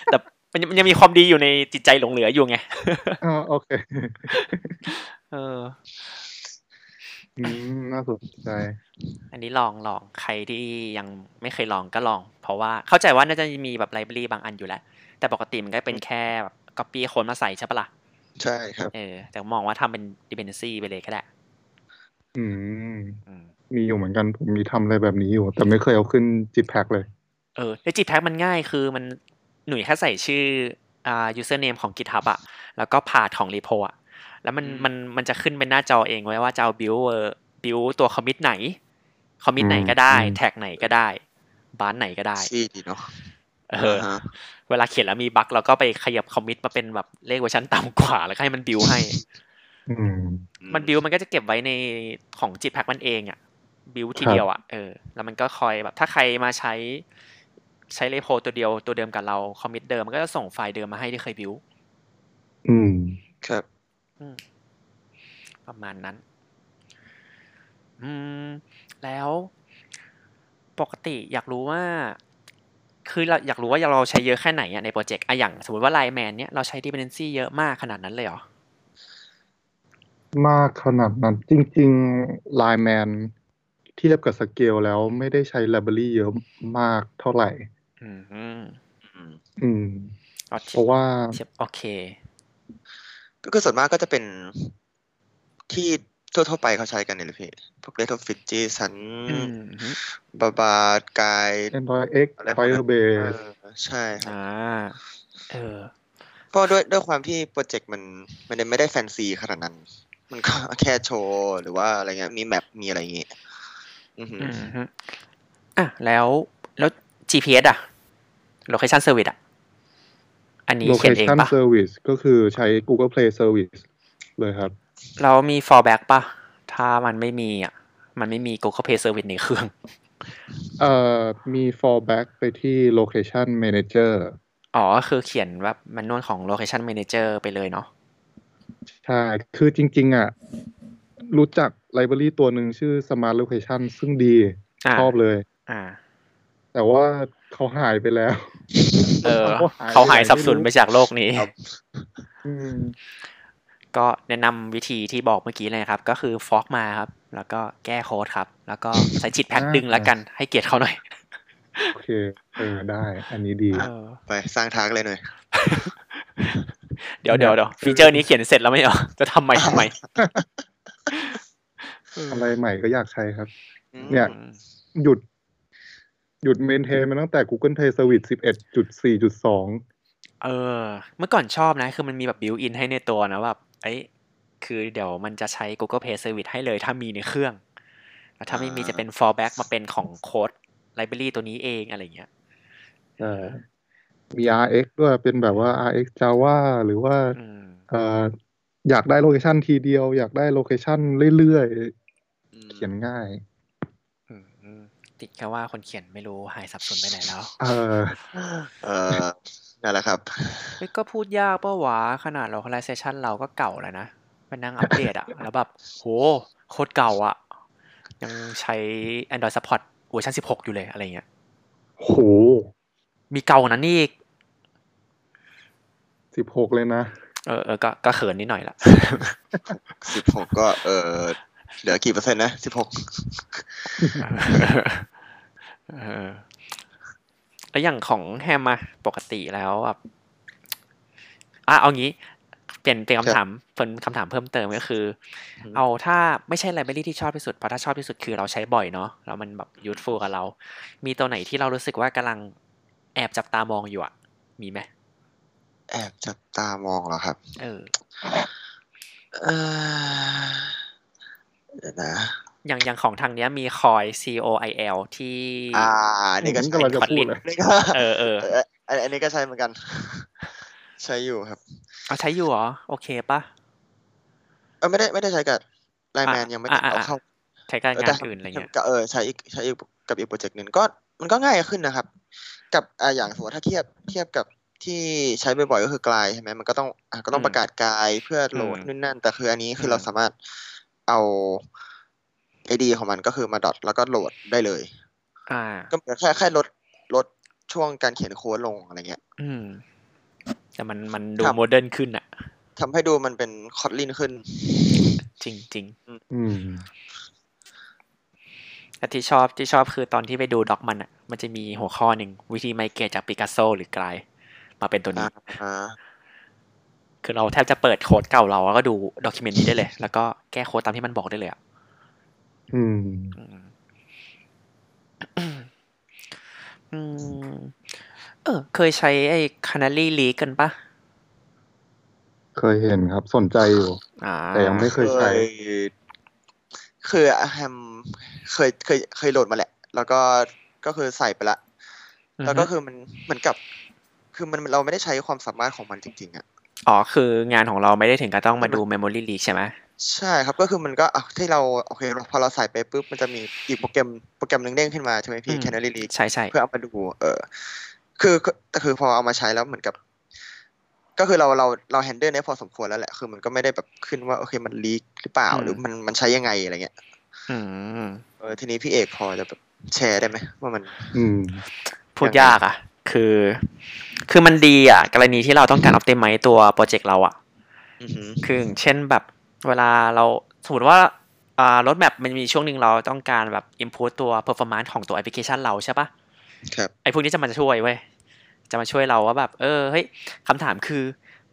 แต่มันยังมันยังมีความดีอยู่ในจิตใจหลงเหลืออยู่ไง อ่าโอเค เออ อืมน่าสนใจ อันนี้ลองลองใครที่ยังไม่เคยลองก็ลอง เพราะว่าเข้าใจว่าน่าจะมีแบบไลบรารีบางอันอยู่แล้ว แต่ปกติมันก็เป็นแค่แบบ copy คนมาใส่ใช่ปะล่ะ ใช่ครับ เออแต่มองว่าทำเป็น dependency ไปเลยก็ได้ อืม อืม มีอยู่เหมือนกัน ผมมีทำอะไรแบบนี้อยู่ แต่ไม่เคยเอาขึ้นจิตแพ็กเลย เออแล้ว Git tag มันง่ายคือมันหนุ่ยแค่ใส่ชื่ออ่า username ของ GitHub อะแล้วก็พา t ของ repo อะแล้วมัน อืม มันมันจะขึ้นเป็นหน้าจอเองไว้ว่าจะเอา build เออ build ตัว commit ไหน commit ไหนก็ได้ อืม แท็กไหนก็ได้บานไหนก็ได้ ซีดีเนาะ เออ าฮะ เวลาเขียนแล้วมีบั๊กเราก็ไปขยับคอมมิตมาเป็นแบบเลขเวอร์ชันต่ำกว่า แล้วก็ให้มันบิวให้ อืม มันบิวมันก็จะเก็บไว้ในของจิตแพ็กมันเองอะบิวทีเดียวอะเออแล้วมันก็คอยแบบถ้าใครมาใช้ใช้เลโพตัวเดียวตัวเดิมกับเราคอมมิตเดิมมันก็จะส่งไฟล์เดิมมาให้ที่เคยบิว อืม ครับ ประมาณนั้น อืม แล้ว ปกติอยากรู้ว่า คือเราอยากรู้ว่าเราใช้เยอะแค่ไหนอะในโปรเจกต์อะอย่างสมมติว่าไลแมนเนี้ยเราใช้ dependency เยอะมากขนาดนั้นเลยเหรอ มากขนาดนั้น จริงๆ l i แมนเทียบกับสเกลแล้วไม่ได้ใช้ l ล b บ a r y เยอะมากเท่าไหร่ อืม อืม อืม เอา เพราะว่า เทียบโอเค ก็คือส่วนมากก็จะเป็นที่ทั่วๆไปเขาใช้กันเนี่ยแหละพี่ พวกเลทอฟิจีสัน อืมฮึ บาบาดกาย Android X อะไรพวกนั้น เอ Firebase อใช่ครับ อ่า เออ เพราะด้วยด้วยความที่โปรเจกต์มันมันไม่ได้แฟนซีขนาดนั้น มันก็ แค่โชว์ หรือว่าอะไรเงี้ยมีแมปมีอะไรอย่างงี้อือหือ อืมฮึอ่ะ แล้ว แล้ว GPS อ่ะ location service อ่ะ อันนี้เขียนเอง Location ปะ Service ก็คือใช้ Google Play Service เลยครับ เรามี fallback ปะ ถ้ามันไม่มีอ่ะ มันไม่มี Google Play Service ในเครื่อง เอ่อมี fallback ไปที่ location manager อ๋อ คือเขียนแบบมันนวนของ location manager ไปเลยเนาะ ใช่ คือจริง ๆ อ่ะ รู้จักไลบรารีตัวหนึ่งชื่อ smart location ซึ่งดี อ่า ชอบเลย อ่า แต่ว่าเขาหายไปแล้ว เออ เขาหายสับสนไป ไม่รู้ จากโลกนี้ อืม ก็แนะนำวิธีที่บอกเมื่อกี้เลยครับ ก็คือฟอกมาครับ แล้วก็แก้โค้ดครับ แล้วก็ใช้จิตแพ็กดึงแล้วกันให้เกียรติเขาหน่อย โอเค เออได้ อันนี้ดี เออ ไปสร้างทากเลยหน่อย เดี๋ยวเดี๋ยวเดี๋ยวฟีเจอร์นี้เขียนเสร็จแล้วไม่เหรอ จะทำใหม่ทำไม อะไรใหม่ก็อยากใช้ครับ อืม เนี่ย หยุด หยุดเมนเทนมาตั้งแต่ Google Play Service 11.4.2 เออ เมื่อก่อนชอบนะ คือมันมีแบบบิวอินให้ในตัวนะแบบเอ้ยคือเดี๋ยวมันจะใช้ Google Play Service ให้เลยถ้ามีในเครื่อง แล้วถ้าไม่มีจะเป็น fallback มาเป็นของโค้ดไลบรารีตัวนี้เองอะไรอย่างเงี้ย เออมี RX ด้วยเป็นแบบว่า RX Java หรือว่า อืม เอ่ออยากได้โลเคชันทีเดียว อยากได้โลเคชันเรื่อยๆ เขียนง่าย อืมอืมติดแค่ว่าคนเขียนไม่รู้หายสับสนไปไหนแล้ว เออ เออนั่นแหละครับ เฮ้ยก็พูดยากเป้าวะขนาด localization เราก็เก่าแล้วนะไปนั่งอัปเดตอะ แล้วแบบ โห โคตรเก่าอะยังใช้ Android support เวอร์ชัน16 อยู่เลยอะไรเงี้ย โห มีเก่ากว่านั้นอีก สิบหกเลยนะ เออเออก็ก็เขินนิดหน่อยละ สิบหกก็เออเหลือกี่เปอร์เซ็นต์นะสิบหก เออแล้วอย่างของแฮมอะปกติแล้วแบบอ่ะเอางี้ เปลี่ยนเปลี่ยนคำถามเป็นคำถามเพิ่มเติมก็คือ เอาถ้าไม่ใช่ไลบรารีที่ชอบที่สุดเพราะถ้าชอบที่สุดคือเราใช้บ่อยเนาะแล้วมันแบบยูทฟูกับเรา มีตัวไหนที่เรารู้สึกว่ากำลังแอบจับตามองอยู่อะมีไหม แอบจับตามองเหรอครับ เออ เออเดี๋ยวนะ อย่างอย่างของทางเนี้ยมีคอย C O I L ที่ อ่าอันนี้ก็ ผม ใช้ กำลังจะ คอน พูด ลิน เลย นี่ก็ เออเออ เอออันอันนี้ก็ใช้เหมือนกัน ใช้อยู่ครับ เอาใช้อยู่เหรอ โอเคปะ เออไม่ได้ไม่ได้ใช้กับไลแมน อ่ะ ยังไม่ อ่ะอ่ะ เอาเข้า ใช้กาเอองรา แต่ นอื่นอะไรเงี้ย ก็เออใช้อีกใช้อีกกับอีกโปรเจกต์หนึ่งก็มันก็ง่ายขึ้นนะครับ กับอ่าอย่างสมมติถ้าเทียบเทียบกับที่ใช้บ่อยๆก็คือกลายใช่ไหมมันก็ต้องอ่ะก็ต้อง อืม ประกาศกลายเพื่อโหลด อืม นู่นนั่น แต่คืออันนี้คืมออเราสามารถเอาไอดีของมันก็คือมาดอทแล้วก็โหลดได้เลย อ่า ก็เหมือนแค่แค่ลดลดช่วงการเขียนโค้ดลงอะไรเงี้ย อืม แต่มันมันดู ครับ โมเดิร์นขึ้นอะ ทำให้ดูมันเป็นคอ t ลินขึ้น จริงจริง อืม แต่ที่ชอบที่ชอบคือตอนที่ไปดูด็อกมันอะมันจะมีหัวข้อหนึ่งวิธีไมเกรตจากปิกัสโซหรือกลายมาเป็นตัวนี้ อ่า คือเราแทบจะเปิดโค้ดเก่าเราแล้วก็ดูด็อกิเมนต์นี้ได้เลย แล้วก็แก้โค้ดตามที่มันบอกได้เลยอะ อืม อืมอืมเออ เคยใช้ไอ้ Canary Leak กันปะ เคยเห็นครับ สนใจอยู่ อ่า แต่ยังไม่เคย เค ใช้ ยคือแฮมเคยเคยเคยโหลดมาแหละ แล้วก็ก็คือใส่ไปละ อือฮึ แล้วก็คือมันเหมือนกับ คือมันเราไม่ได้ใช้ความสามารถของมันจริง ๆอ่ะ อ๋อ คืองานของเราไม่ได้ถึงกับต้องมาดู Memory Leak ใช่ไหม ใช่ครับก็คือมันก็อ่ะที่เราโอเคพอเราใส่ไปปุ๊บมันจะมีอีกโปรแกรมโปรแกรมหนึ่งเด้งขึ้นมาใช่ไหมพี่ อืม Canary Leak ใช่ใช่ เพื่อเอามาดู เออ คือแต่คือพอเอามาใช้แล้วเหมือนกับ ก็คือเราเราเราแฮนเดิลได้พอสมควรแล้วแหละ คือมันก็ไม่ได้แบบขึ้นว่าโอเคมันลีกหรือเปล่า หรือมันมันใช้ยังไงอะไรเงี้ย อืม เออทีนี้พี่เอกพอจะแบบแชร์ได้ไหมว่ามัน อืม พูดยากอ่ะ คือ คือมันดีอ่ะ กรณีที่เราต้องการ optimize ตัวโปรเจกต์เราอ่ะ อือหือ คืออย่างเช่นแบบเวลาเราสมมติว่าอ่ารถแมพมันมีช่วงหนึ่งเราต้องการแบบ improve ตัว performance ของตัวแอปพลิเคชันเราใช่ปะ ครับ ไอ้พวกนี้จะมาช่วยเว้ย จะมาช่วยเราว่าแบบ เออ เฮ้ยคำถามคือ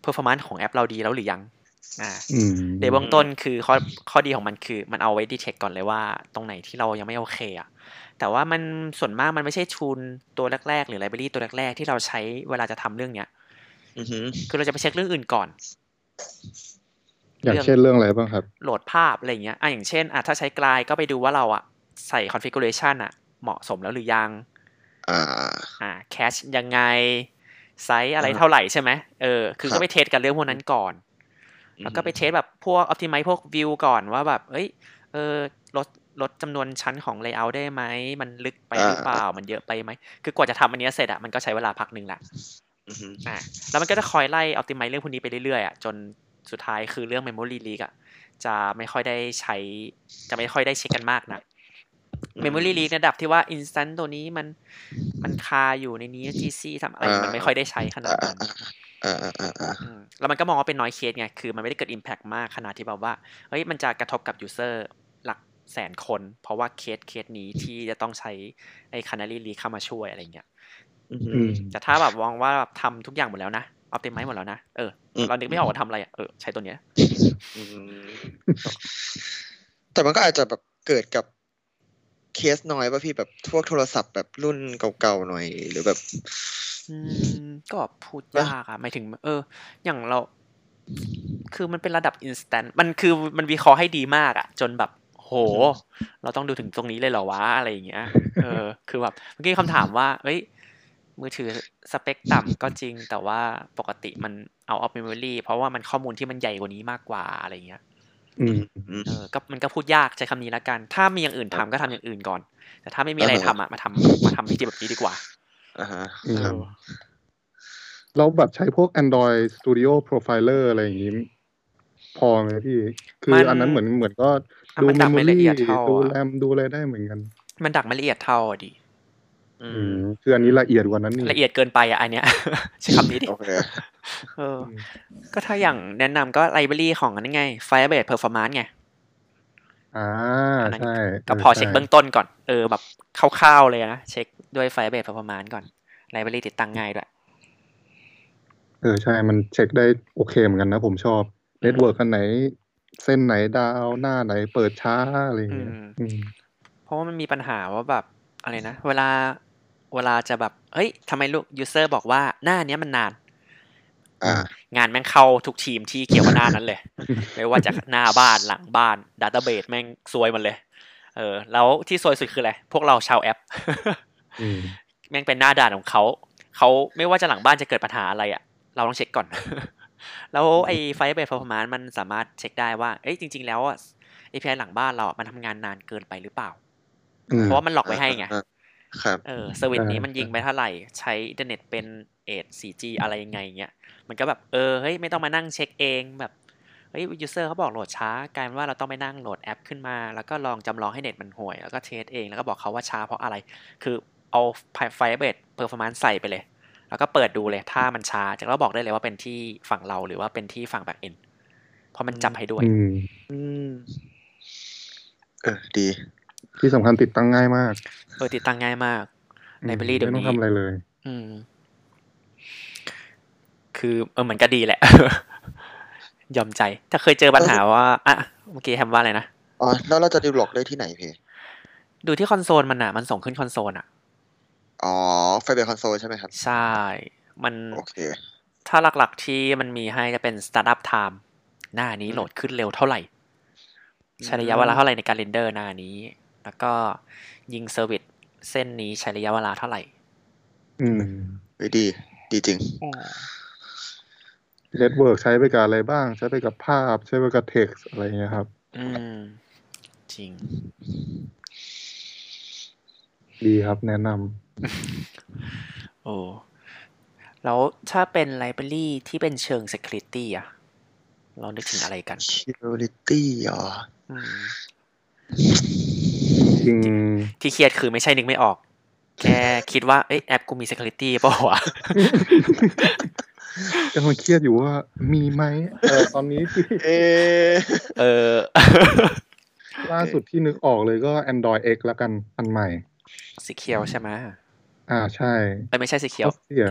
performance ของแอปเราดีแล้วหรือยัง อ่า อืม ในเบื้องต้นคือข้อข้อดีของมันคือมันเอาไว้ดีเทคก่อนเลยว่า ตรงไหนที่เรายังไม่โอเคอะแต่ว่ามันส่วนมากมันไม่ใช่ทูนตัวแรกๆ หรือไลบรารีตัวแรกๆ ที่เราใช้เวลาจะทำเรื่องเนี้ย อือหือ คือเราจะไปเช็คเรื่องอื่นก่อน อย่างเช่นเรื่องอะไรบ้างครับ โหลดภาพอะไรอย่างเงี้ยอ่ะอย่างเช่นอ่ะถ้าใช้กลายก็ไปดูว่าเราอะใส่ configuration อะเหมาะสมแล้วหรือยัง อ่า อ่าแคชยังไง ไซส์อะไร อ่า เท่าไหร่ใช่ไหมเออ คือ ครั ก็ บ ไปเทสกันเรื่องพวกนั้นก่อน อือฮึ แล้วก็ไปเทสแบบพวกอ p t ติไม e พวกวิวก่อนว่าแบบ เอ้ย เออลดลดจำนวนชั้นของเลเยอร์ได้ไหม มันลึกไปหรือเปล่า มันเยอะไปไหม คือกว่าจะทำอันเนี้ยเสร็จอะมันก็ใช้เวลาพักหนึ่งแหละ อือหือ อ่ะแล้วมันก็จะคอยไล่อ p t ติไม e เรื่องพวกนี้ไปเรื่อยๆอ่ะจนสุดท้ายคือเรื่อง Memory Leak อ่ะจะไม่ค่อยได้ใช้ จะไม่ค่อยได้เช็คกันมากนะ Memory Leak ในระดับที่ว่า Instant ตัวนี้มันมันคาอยู่ในนี้ GC ทำอะไรมันไม่ค่อยได้ใช้ขนาด อ่า นั้น อ่าอ่าอ่าอ่า อืมแล้วมันก็มองว่าเป็น noise case ไง คือมันไม่ได้เกิด impact มากขนาดที่แบบว่า เฮ้ยมันจะกระทบกับ user หลัก แสนคน เพราะว่าเคสเคสนี้ที่จะต้องใช้ไอ้ Canary Leak เข้ามาช่วยอะไรเงี้ย อื อื ม ม แต่ถ้าแบบมองว่าแบบทำทุกอย่างหมดแล้วนะ ออปติไมซ์หมดแล้วนะ เออ อืม เรานึกไม่ออกว่าทำอะไรอะเออใช้ตัวเนี้ย อืมแต่มันก็อาจจะแบบเกิดกับเคสน้อยป่ะพี่แบบพวกโทรศัพท์แบบรุ่นเก่าๆหน่อย หรือแบบ อืมก็พูดยากอะหมายถึง เออ อย่างเรา คือมันเป็นระดับ instant มันคือมันวิเคราะห์ให้ดีมากอะจนแบบ โห เราต้องดูถึงตรงนี้เลยเหรอวะ อะไรอย่างเงี้ย เออ คือแบบเมื่อกี้คำถามว่า เอ้ย มือถือสเปคต่ำก็จริง แต่ว่าปกติมันเอาออฟเมมโมรีเพราะว่ามันข้อมูลที่มันใหญ่กว่านี้มากกว่าอะไรอย่างเงี้ย อืม อืม เออก็มันก็พูดยากใช้คำนี้ละกัน ถ้ามีอย่างอื่นทำก็ทำอย่างอื่นก่อน แต่ถ้าไม่มีอะไรทำอะมาทำมาทำวิธีแบบนี้ดีกว่า อ่าฮะ อืม ครับ เราแบบใช้พวก Android Studio Profiler อะไรอย่างนี้ พอไหมพี่ คือ มัน อันนั้นเหมือนเหมือนก็ อ่ะ ดู มันดับไม่ละเอียดเท่า ดู อะ แรมดูอะไรได้เหมือนกัน มันดักไม่ละเอียดเท่าอะดิ อื อื ม มคืออันนี้ละเอียดกว่านั้นนี่ ละเอียดเกินไปอ่ะอันเนี้ย ใช้คำนี้ดิ โอเค เออ อืม ก็ถ้าอย่างแนะนำก็ไลบรารีของอันนั้นไง Firebase Performance ไง อ่า อันนั้น ใช่ ก็พอเช็ค ใ เบื้องต้นก่อน เออแบบคร่าวๆเลยนะ เช็คด้วย Firebase Performance ก่อนไลบรารีติดตั้งง่ายด้วย เออใช่ มันเช็คได้โอเคเหมือนกันนะผมชอบ อืม เน็ตเวิร์กอันไหน เส้นไหนดาวหน้าไหนเปิดช้าอะไรอย่างเงี้ย อืม อืม เพราะว่ามันมีปัญหาว่าแบบอะไรนะ เวลาเวลาจะแบบ เฮ้ยทำไมลูก user บอกว่าหน้าเนี้ยมันนาน อ่า งานแม่งเข้าทุกทีมที่เกี่ยวกับหน้า นั้นเลย ไม่ว่าจะหน้าบ้านหลังบ้านดัตเตอร์เบสแม่งซวยหมันเลย เออ แล้วที่ซวยสุดคืออะไรพวกเราชาวแอป อืม แม่งเป็นหน้าด่านของเขา เขาไม่ว่าจะหลังบ้านจะเกิดปัญหาอะไรอะ่ะ เราต้องเช็คก่อน แล้วไอ้ไฟเบรดพอประมาณมันสามารถเช็คได้ว่า เอ้ยจริง ๆ แล้วอ่ะ API หลังบ้านเราอะมันทำงานนานเกินไปหรือเปล่า อืม เพราะว่ามันหลอกไว้ให้ไง อ่าครับ เออเซอร์วิสนี้ ใช่ มันยิงไปเท่าไหร่ ใช้อินเทอร์เน็ตเป็นเอท 4G อะไรยังไงเงี้ย มันก็แบบ เออ เฮ้ย ไม่ต้องมานั่งเช็คเองแบบ เฮ้ย ยูเซอร์เขาบอกโหลดช้ากลายเป็นว่าเราต้องไปนั่งโหลดแอปขึ้นมา แล้วก็ลองจำลองให้เน็ตมันห่วย แล้วก็เทสเอง แล้วก็บอกเขาว่าช้าเพราะอะไร คือเอาไฟเบรดเพอร์ฟอร์มานซ์ใส่ไปเลย แล้วก็เปิดดูเลย ถ้ามันช้าจากเราบอกได้เลยว่าเป็นที่ฝั่งเราหรือว่าเป็นที่ฝั่งแบ็กเอนเพราะมันจับให้ด้วย อืม อืม เออ ดี ที่สำคัญติดตั้งง่ายมาก เออติดตั้งง่ายมาก อืม Library เดี๋ยวนี้ ไม่ต้องทำอะไรเลย อืม คือเออเหมือนก็ดีแหละ ยอมใจ แต่เคยเจอปัญหาว่าอ่ะเมื่อกี้แฮมว่าอะไรนะ อ๋อ แล้วเราจะดูบล็อกได้ที่ไหนพี่ ดูที่คอนโซลมันอ่ะ มันส่งขึ้นคอนโซลอ่ะ อ๋อ ไฟเบอร์คอนโซลใช่ไหมครับ ใช่ มัน โอเค ถ้าหลักๆที่มันมีให้จะเป็น Startup Time หน้านี้โหลดขึ้นเร็วเท่าไหร่ ใช้ระยะเวลาเท่าไหร่ในการเรนเดอร์หน้านี้ แล้วก็ยิงเซอร์วิสเส้นนี้ใช้ระยะเวลาเท่าไหร่ อืม เฮ้ยดี ดีจริง เน็ตเวิร์กใช้ไปกับอะไรบ้าง ใช้ไปกับภาพ ใช้ไปกับเท็กซ์อะไรอย่างเงี้ยครับ อืม จริง ดีครับแนะน โอ้ แล้วถ้าเป็นไลบรารีที่เป็นเชิง Security อะเรานึกถึงอะไรกัน security เหรอ อืม ำจริง ที่เครียดคือไม่ใช่นึกไม่ออก แค่คิดว่า เอ้ยแอปกูมี Security เปล่าวะ กำลังเครียดอยู่ว่ามีไหมเออตอนนี้ที่ เอ๊ะ เออ ล่าสุดที่นึกออกเลยก็ Android X แล้วกันอันใหม่ สีเขียวใช่ไหม อ่าใช่ เอ้ยไม่ใช่สีเขียว เสีย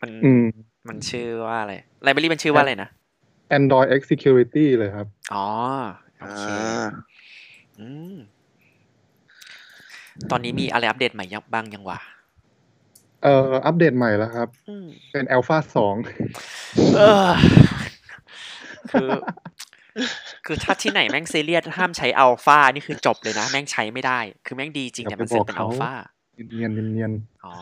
มัน อืม มันชื่อว่าอะไรไลบรารีมันชื่อว่าอะไรนะ Android X Security เลยครับ อ๋อ โอ อ่า เคอืมตอนนี้มีอะไรอัปเดตใหม่ยังบ้างยังวะ เอ่ออัปเดตใหม่แล้วครับ อืม เป็น Alpha เออคือคือถ้าที่ไหนแม่งซีเรียสห้ามใช้อัลฟานี่คือจบเลยนะ แม่งใช้ไม่ได้ คือแม่งดีจริงแต่มันเซ็ตเป็น อย่า อั ไป ล บอกเขา ฟา 2 เนียนๆเนียน อ๋อ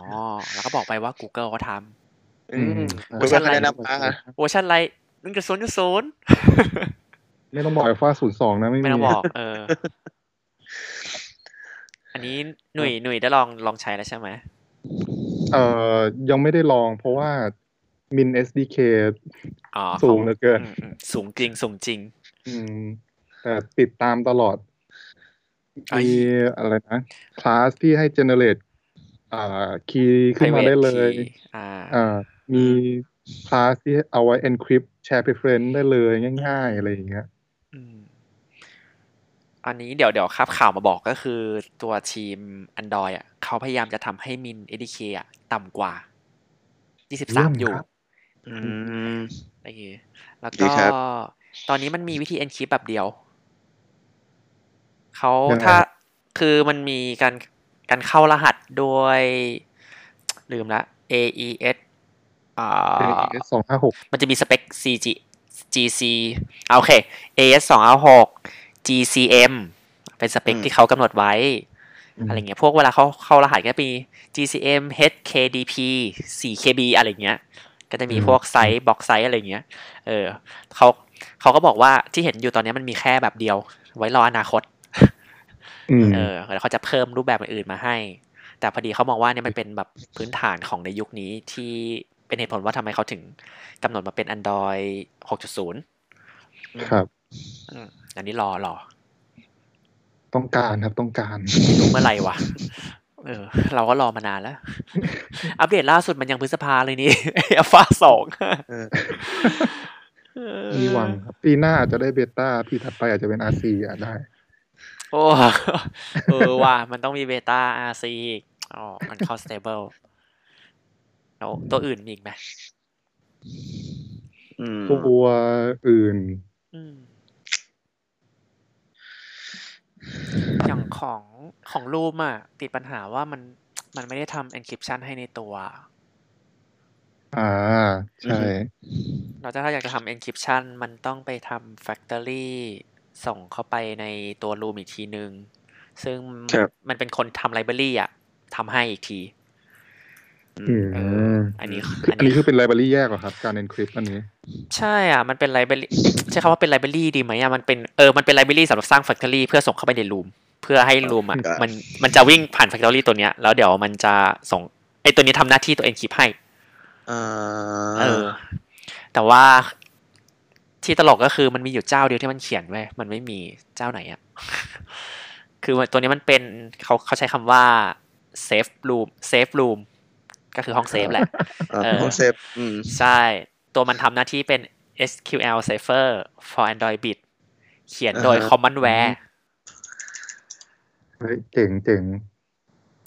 แล้วก็บอกไปว่า Google เขาท ๆ อื อื ม ม เว คุ อร์ณชั ก็ น แนะนำมา ำเวอร์ชันไรนึ่งจุดศูนย์จุดศูนย์ ไม่ต้องบอก Alpha 02 นะไม่ ไม่ มี ต้องบอก เออ อันนี้หนุ่ยหนุ่ยได้ลองลองใช้แล้วใช่ไหม เอ่อยังไม่ได้ลองเพราะว่า Min SDK อ๋อ สูงเหลือเกิน อืมอืมสูงจริง สูงจริง อืมแต่ติดตามตลอด ไอ้ มีอะไรนะคลาสที่ให้ generate อ่าคีย์ขึ้นมา private ได้เลย key อ่า อ่ามีคลาสที่เอาไว้ encrypt share preference ได้เลยง่ายๆ อะไรอย่างเงี้ย อืม อันนี้เดี๋ยวเดี๋ยวครับข่าวมาบอกก็คือตัวทีม Android อ่ะเขาพยายามจะทำให้มินเอ k อ่ะต่ำกว่า 23 อยู่ ครับ อื อื ม ม โอเคแล้ว ดี ก็ ครับ ตอนนี้มันมีวิธี encrypt แบบเดียว เขาย งไง ถ้า ครับ คือมันมีการการเข้ารหัสโดย ลืมละ AES อ่า สองห้าหก มันจะมีสเปค CG GC เอาโอเค AS 2 6 GCM เป็นสเปค อืม ที่เขากำหนดไว้ อะไรเงี้ย พวกเวลาเขาเข้ารหัสก็มี GCM HKDP 4KB อะไรเงี้ย ก็จะมีพวกไซส์บล็อกไซส์อะไรเงี้ย เออเขาเขาก็บอกว่าที่เห็นอยู่ตอนเนี้ยมันมีแค่แบบเดียว ไว้รออนาคต อืม เออแล้วเขาจะเพิ่มรูปแบบอื่นๆมาให้ แต่พอดีเขามองว่าเนี่ยมันเป็นแบบพื้นฐานของในยุคนี้ที่เป็นเหตุผลว่าทำไมเขาถึงกำหนดมาเป็น Android 6.0 ครับ อืมอันนี้รอรอ ต้องการครับต้องการ รู้เมื่อไหร่วะ เออ เราก็รอมานานแล้ว อัปเดตล่าสุดมันยังพฤษภาเลยนี่ อัลฟาสอง เออ มีหวังครับ ปีหน้าอาจจะได้เบต้าปีถัดไปอาจจะเป็นอาซีอาจได้ โอ้ เออว่ะมันต้องมีเบต้า RC อีกอ๋อมันเข้า stable แล้วตัวอื่นมีอีกไหม อืม ตัวอื่น อืม อย่างของของรูมอะติดปัญหาว่ามันมันไม่ได้ทำ encryption ให้ในตัว อ่า ใช่ เราจะถ้าอยากจะทำ encryption มันต้องไปทำ factory ส่งเข้าไปในตัว room อีกทีนึง ซึ่ง ครับ มันเป็นคนทำ library อ่ะทำให้อีกที อืม เออออันนี้ อันนี้คือเป็นไลบรารีแยกเหรอครับ การ encrypt อันนี้ ใช่อ่ะ มันเป็น library ใช้คำว่าเป็น library ดีไหมอ่ะ มันเป็นเออ มันเป็น library สำหรับสร้าง factory เพื่อส่งเข้าไปใน room เพื่อให้ room อ่ะ ครับ มันมันจะวิ่งผ่าน factory ตัวเนี้ย แล้วเดี๋ยวมันจะส่งไอตัวนี้ทำหน้าที่ตัว encrypt ให้ อ่า เออ แต่ว่าที่ตลกก็คือมันมีอยู่เจ้าเดียวที่มันเขียนไว้ยมันไม่มีเจ้าไหนอะ คือตัวนี้มันเป็นเขาเขาใช้คำว่า safe room safe room ก็คือห้องเซฟแหละ อ่า เออ ห้องเซฟอืม ใช่ ตัวมันทำหน้าที่เป็น SQL Server for Android Bit เขียนโดย อ่าฮะ Commonware เฮ้ยเจ๋งเจ๋ง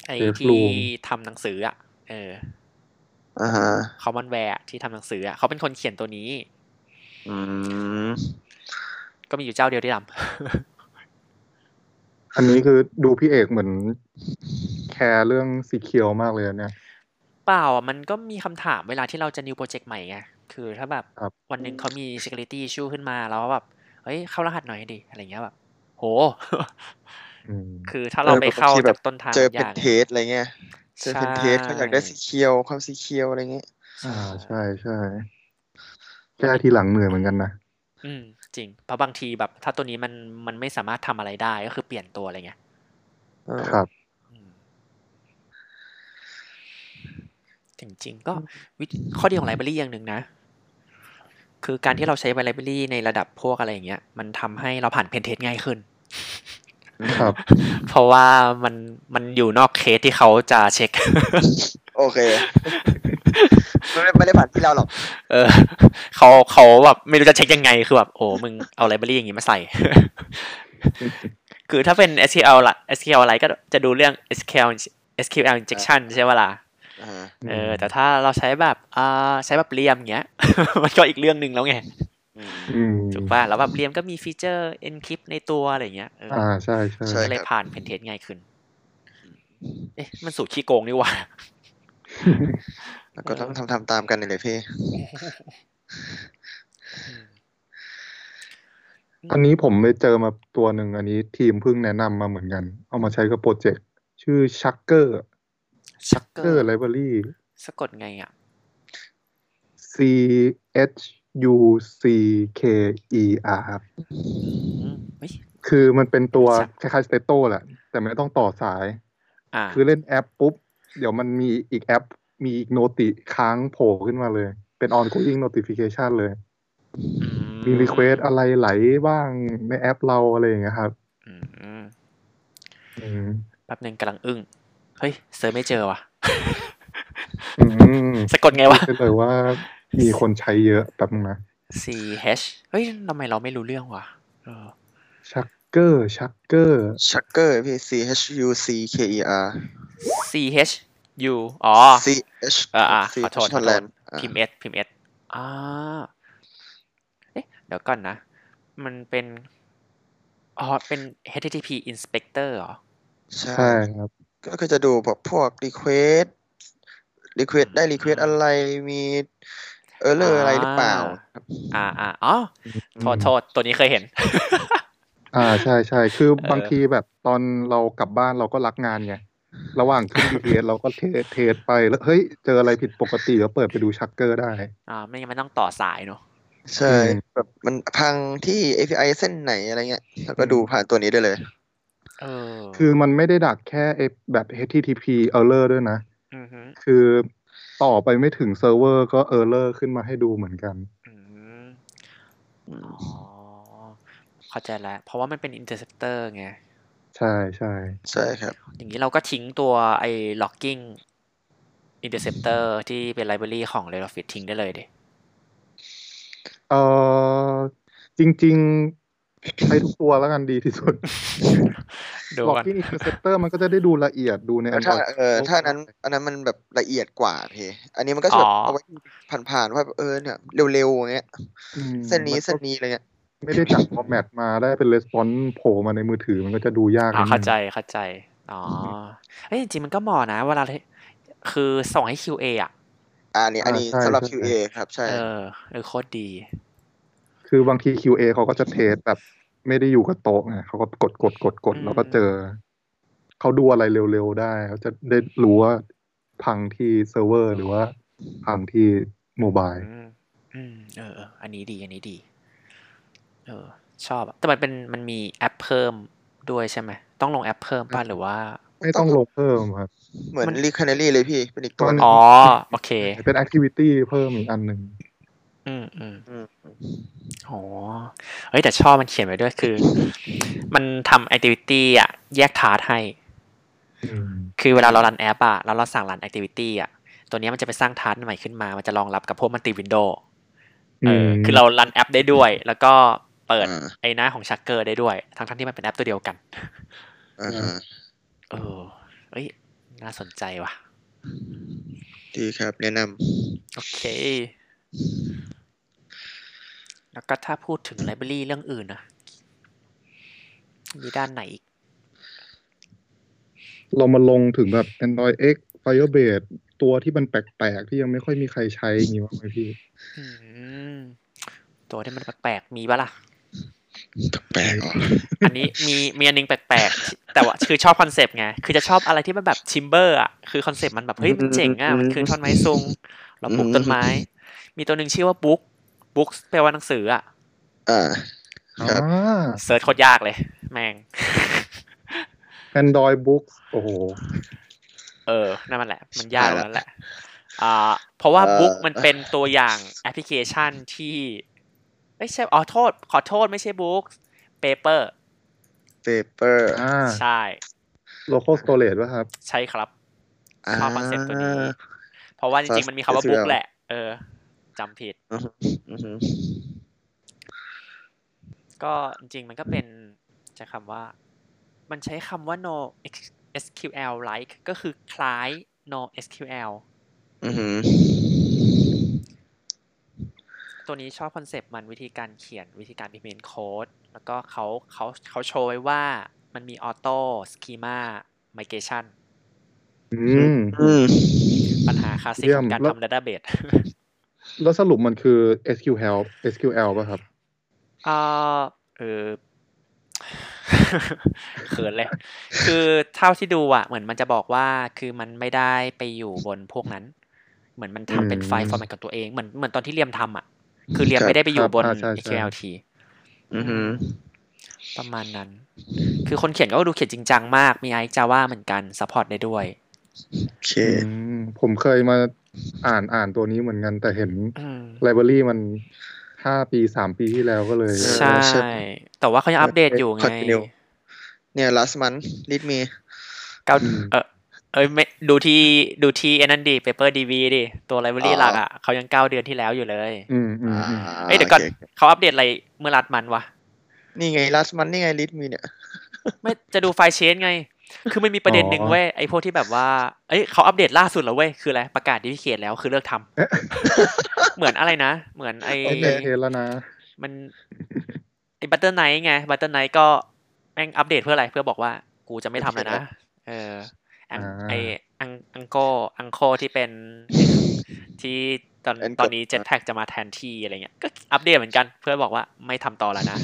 ไอ้ Safe ที่ Room ทำหนังสืออะเออ อ่าฮะ Commonware อะที่ทำหนังสืออะเขาเป็นคนเขียนตัวนี้ อืม ก็มีอยู่เจ้าเดียวที่ทำ อันนี้คือดูพี่เอกเหมือนแคร์เรื่องสีเคียวมากเลยอะเนี่ย เปล่าอ่ะมันก็มีคำถามเวลาที่เราจะ new project ใหม่ไง คือถ้าแบบ ครับ วันหนึ่งเขามี security issue ขึ้นมาแล้วแบบ เฮ้ย เข้ารหัสหน่อยดิ อะไรเงี้ยแบบ โห อืม คือถ้าเรา เออ ไปเข้า บางทีแบ จาก บ ต้นทาง เจอ อ เป็น ย่าง เทสอะไรเงี้ยเจอเป็นเทสเขาอยากได้สีเขียวความสีเขียวอะไรเงี้ย อ่าใช่ใช่แก้ทีหลังเหนื่อยเหมือนกันนะ อืม จริง เพราะบางทีแบบ ถ้าตัวนี้มันมันไม่สามารถทำอะไรได้ก็คือเปลี่ยนตัวอะไรเงี้ย เออ ครับ อืมจริงๆก็วิธีข้อดีของ library อย่างหนึ่งนะ คือการที่เราใช้ library ในระดับพวกอะไรอย่างเงี้ย มันทำให้เราผ่านเพนเทสง่ายขึ้น ครับ เพราะว่ามันมันอยู่นอกเคสที่เขาจะเช็ค โอ เคมันไม่ไม่ได้ผ่านที่เราหรอก เอ อเขาเขาแบบไม่รู้จะเช็คยังไงคือแบบโอ้มึงเอาไลบรารีอย่างนี้มาใส่ คือถ้าเป็น SQL ละ SQL อะไรก็จะดูเรื่อง SQL SQL injection ใช่ไหมล่ะ อ่า เออแต่ถ้าเราใช้แบบอ่าใช้แบบเรียมเงี้ย มันก็อีกเรื่องหนึ่งแล้วไง อืม อืม ถูกป่ะแล้วแบบเรียมก็มีฟีเจอร์ encrypt ในตัวอะไรเงี้ยเออ อ่าใช่ใช่ ใช่ ก็เลยผ่านเพนเทสง่ายขึ้น เอ๊ะมันสูตรขี้โกงนี่ห ว่า แล้วก็ต้องทำทำตามกันนี่เลยพี่ อันนี้ผมไปเจอมาตัวหนึ่งอันนี้ทีมเพิ่งแนะนำมาเหมือนกัน เอามาใช้กับโปรเจกต์ ชื่อชักเกอร์ ชักเก เก อ อ ร์ ร์ไลบรารี สะกดไงอ่ะ C H U C K E R ครับ อืมเฮ้ย คือมันเป็นตัว ชัก คล้ายๆสเตโต้แหละ แต่ไม่ต้องต่อสาย อ่า คือเล่นแอปปุ๊บ เดี๋ยวมันมีอีกแอป มีอีกโนติค้างโผล่ขึ้นมาเลย เป็น ongoing notification เลย มี request อะไรไหลบ้างในแอปเราอะไรอย่างเงี้ยครับ อืม อืม แป๊บหนึ่งกำลังอึ้ง เฮ้ยเซิร์ชไม่เจอว่ะ อืม สะกดไงวะ ก็เลยว่ามีคนใช้เยอะแบบนึงนะ C H เฮ้ยทำไมเราไม่รู้เรื่องวะเออ ชัก เกอร์ชักเกอร์ ชักเกอร์พี่ C H U C K E R C H U อ๋อ C H อ่าอ่า C ขอโท H ษขอโทษ Thailand อ่า พิมพ์ S พิมพ์ S อ่าเอ๊ะเดี๋ยวก่อนนะ มันเป็น อ๋อ เป็น HTTP inspector เหรอ ใช่ ใช่ครับ ก็คือจะดูแบบพวก request request ได้ request อะไรมี error อะไรหรือเปล่าครับ อ่าอ่าอ๋อ โทษโทษตัวนี้เคยเห็น อ่าใช่ใช่คือบาง เออ ทีแบบตอนเรากลับบ้านเราก็รักงานไงระหว่างขึ้น BTS เราก็เทสเทสไปแล้วเฮ้ยเจออะไรผิดปกติก็เปิดไปดูชักเกอร์ได้ อ่า ไม่งั้นมันต้องต่อสายเนอะ ใช่ อืม แบบมันพังที่ API เส้นไหนอะไรเงี้ยแล้วก็ดูผ่านตัวนี้ได้เลย เออ คือมันไม่ได้ดักแค่ไอ้แบบ HTTP error ด้วยนะ อือหือ คือต่อไปไม่ถึงเซิร์ฟเวอร์ก็เออร์เลอร์ขึ้นมาให้ดูเหมือนกัน อืมอ๋อ เข้าใจแล้ว เพราะว่ามันเป็น interceptor ไง ใช่ใช่ ใช่ครับ อย่างนี้เราก็ทิ้งตัวไอ้ locking interceptor ที่เป็นไลบรารีของ r e d o f i t ทิ้งได้เลยดิ เออจริง ๆ ใช้ทุกตัวแล้วกันดีที่สุด ดู บอก กัน ที่ interceptor มันก็จะได้ดูละเอียดดูใน แล้วถ้า Android เออถ้าอันนั้นอันนั้นมันแบบละเอียดกว่าพี่อันนี้มันก็จะแบบเอาไว้ผ่านๆว่าแบบเออเนี่ยเร็วๆอย่างเงี้ย อืม เส้นนี้ มัก็ เส้นนี้อะไรเงี้ย ไม่ได้จับ format มาได้เป็น response โผล่มาในมือถือมันก็จะดูยาก อ่า นิดนึง เข้าใจเข้าใจ อ๋อเอ้ยจริงๆมันก็เหมาะนะ เวลาที่คือส่งให้ QA อ่ะ อาอันนี้อันนี้ าใช่ สำหรับ ใช่ QA ครับใช่ เออเออโคตรดี คือบางที QA เขาก็จะเทสแบบไม่ได้อยู่กับโต๊ะไงเขาก็กดกดกดกด อืม แล้วก็เจอ เขาดูอะไรเร็วๆได้เขาจะได้รู้ว่าพังที่เซิร์ฟเวอร์หรือว่าพังที่โมบาย อืมอืมเออเออ อันนี้ดี อันนี้ดี เออ ชอบอะแต่มันเป็นมันมีแอปเพิ่มด้วยใช่ไหม ต้องลงแอปเพิ่มป่ะหรือว่า ไม่ต้องลงเพิ่มครับ เหมือน มัน รีคาเนลี่เลยพี่เป็นอีกตัวหนึ่ง อ๋อ โอเค เป็น activity เพิ่มอีกอันหนึ่ง อืมอืม ม โอ้เฮ้ยแต่ชอบมันเขียนไว้ด้วยคือ มันทำ activity อ่ะ แยกทาร์ทให้ คือเวลาเรารันแอปอ่ะแล้วเราสั่งรัน activity อ่ะ ตัวเนี้ยมันจะไปสร้างทาร์ทใหม่ขึ้นมา มันจะรองรับกับพวกมันติวินโดว์เอออคือเรารันแอปได้ด้วย แล้วก็เปิด อ่า ไอ้หน้าของชักเกอร์ได้ด้วย ทั้งๆที่มันเป็นแอปตัวเดียวกัน อ่าฮะ เออเอ้ย น่าสนใจว่ะ ดีครับ แนะน โอเค แล้วก็ถ้าพูดถึงไลบรารีเรื่องอื่นนะมีด้านไหนอีก เรามาลงถึงแบบ Android X Firebase ตัวที่มันแปลกๆ ที่ยังไม่ค่อยมีใครใช้อย่างนี้บ้างไหมพี่ อืมตัวที่มันแปลกๆมีปะล่ะ ำแปลกอ๋อ อันนี้ มีมีอันนึงแปลกๆ แต่ว่าคือชอบคอนเซปต์ไง คือจะชอบอะไรที่มันแบบชิมเบอร์อ่ะ คือคอนเซปต์มันแบบเฮ้ยมันเจ๋งอ่ะ มันคือท่อนไม้ทรง เราปลูกต้นไม้ มีตัวหนึ่งชื่อว่าบุ๊กบุ๊กแปลว่าหนังสืออ่ะ อ่า อ่ ครับ า เซิร์ชโคตรยากเลย แม่ง Android Books โอ้โห เออ นั่นมันแหละ มันยากแล้วแหละ อ่า เพราะว่า เอ่อ บุ๊กมันเป็นตัวอย่างแอปพลิเคชันที่ไม่ใช่ อ๋อ โทษ ขอโทษไม่ใช่บุ๊กเปเปอร์ paper อ่า ใช่ local storage ป่ะครับ ใช่ครับ อ่า ชอบคอนเซ็ปต์ตัวนี้ เพราะว่าจริงๆ มันมีคำว่า Classic บุ๊ก Serial แหละ เออจำผิด อือฮึอือฮึ ก็จริงๆ มันก็เป็นจะคำว่า มันใช้คำว่า no SQL like ก็คือคล้าย no SQL อือฮึ ตัวนี้ชอบคอนเซปต์มันวิธีการเขียนวิธีการพิมพ์โค้ดแล้วก็เขาเขาเขาโชว์ไว้ว่ามันมี auto schema migration อืม อืม ปัญหาคลาสสิก เยี่ย ข ม องการ แล้ว ทำ database แล้วสรุปมันคือ SQL SQL ป่ะครับ เออเออ เขินเลย คือเท่าที่ดูอ่ะ เหมือนมันจะบอกว่าคือมันไม่ได้ไปอยู่บนพวกนั้น เหมือนมันทำเป็นไฟล์ อืม ฟอร์แมตกับตัวเองเหมือนเหมือนตอนที่เรียมทำอ่ะ คือเรียม ครับ ไม่ได้ไปอยู่บน ครับอ่าใช่ใช่ HTMLT อือฮึ ประมาณนั้น คือคนเขียนก็ดูเขียนจริงจังมาก มีไอจาว่าเหมือนกันซัพพอร์ตได้ด้วย โอเค อืม ผมเคยมาอ่านอ่านตัวนี้เหมือนกัน แต่เห็น อืม ไลบรารีมันห้าปีสามปีที่แล้วก็เลย ใช่ ใช่ แต่ว่าเขายังอัปเดตอยู่ไง Continue เนี่ย last month read me เก้า อืม เออเอ้ยไม่ดูที่ดูที่ไอ้นั่นดิ Paper DB ดิ ตัวไลบรารี อ๋อ หลักอ่ะเขายังเก้าเดือนที่แล้วอยู่เลย อืมอืมอืม เอ้ยเดี๋ยวก่อนเขาอัปเดตอะไรเมื่อรัดมันวะ นี่ไง last month นี่ไง list มีเนี่ย ไม่จะดูไฟล์เชนไง คือมันมีประเด็นหนึ่งเว้ยไอพวกที่แบบว่า เอ้ยเขาอัปเดตล่าสุดแล้วเว้ยคืออะไรประกาศดิพิเคทแล้วคือเลิกทำ เหมือนอะไรนะ เหมือนไอ โอเคเห็นแล้วนะ มันไอบัตเตอร์ไนท์ไงบัตเตอร์ไนท์ก็แม่งอัปเดตเพื่ออะไรเพื่อบอกว่า กูจะไม่ทำแล้วนะเอออัง อ่า ไออังอังโกอังโคที่เป็นที่ตอน อันโก ตอนนี้เจ็ตแท็กจะมาแทนที่อะไรเงี้ยก็อัปเดตเหมือนกัน เพื่อบอกว่าไม่ทำต่อแล้วนะ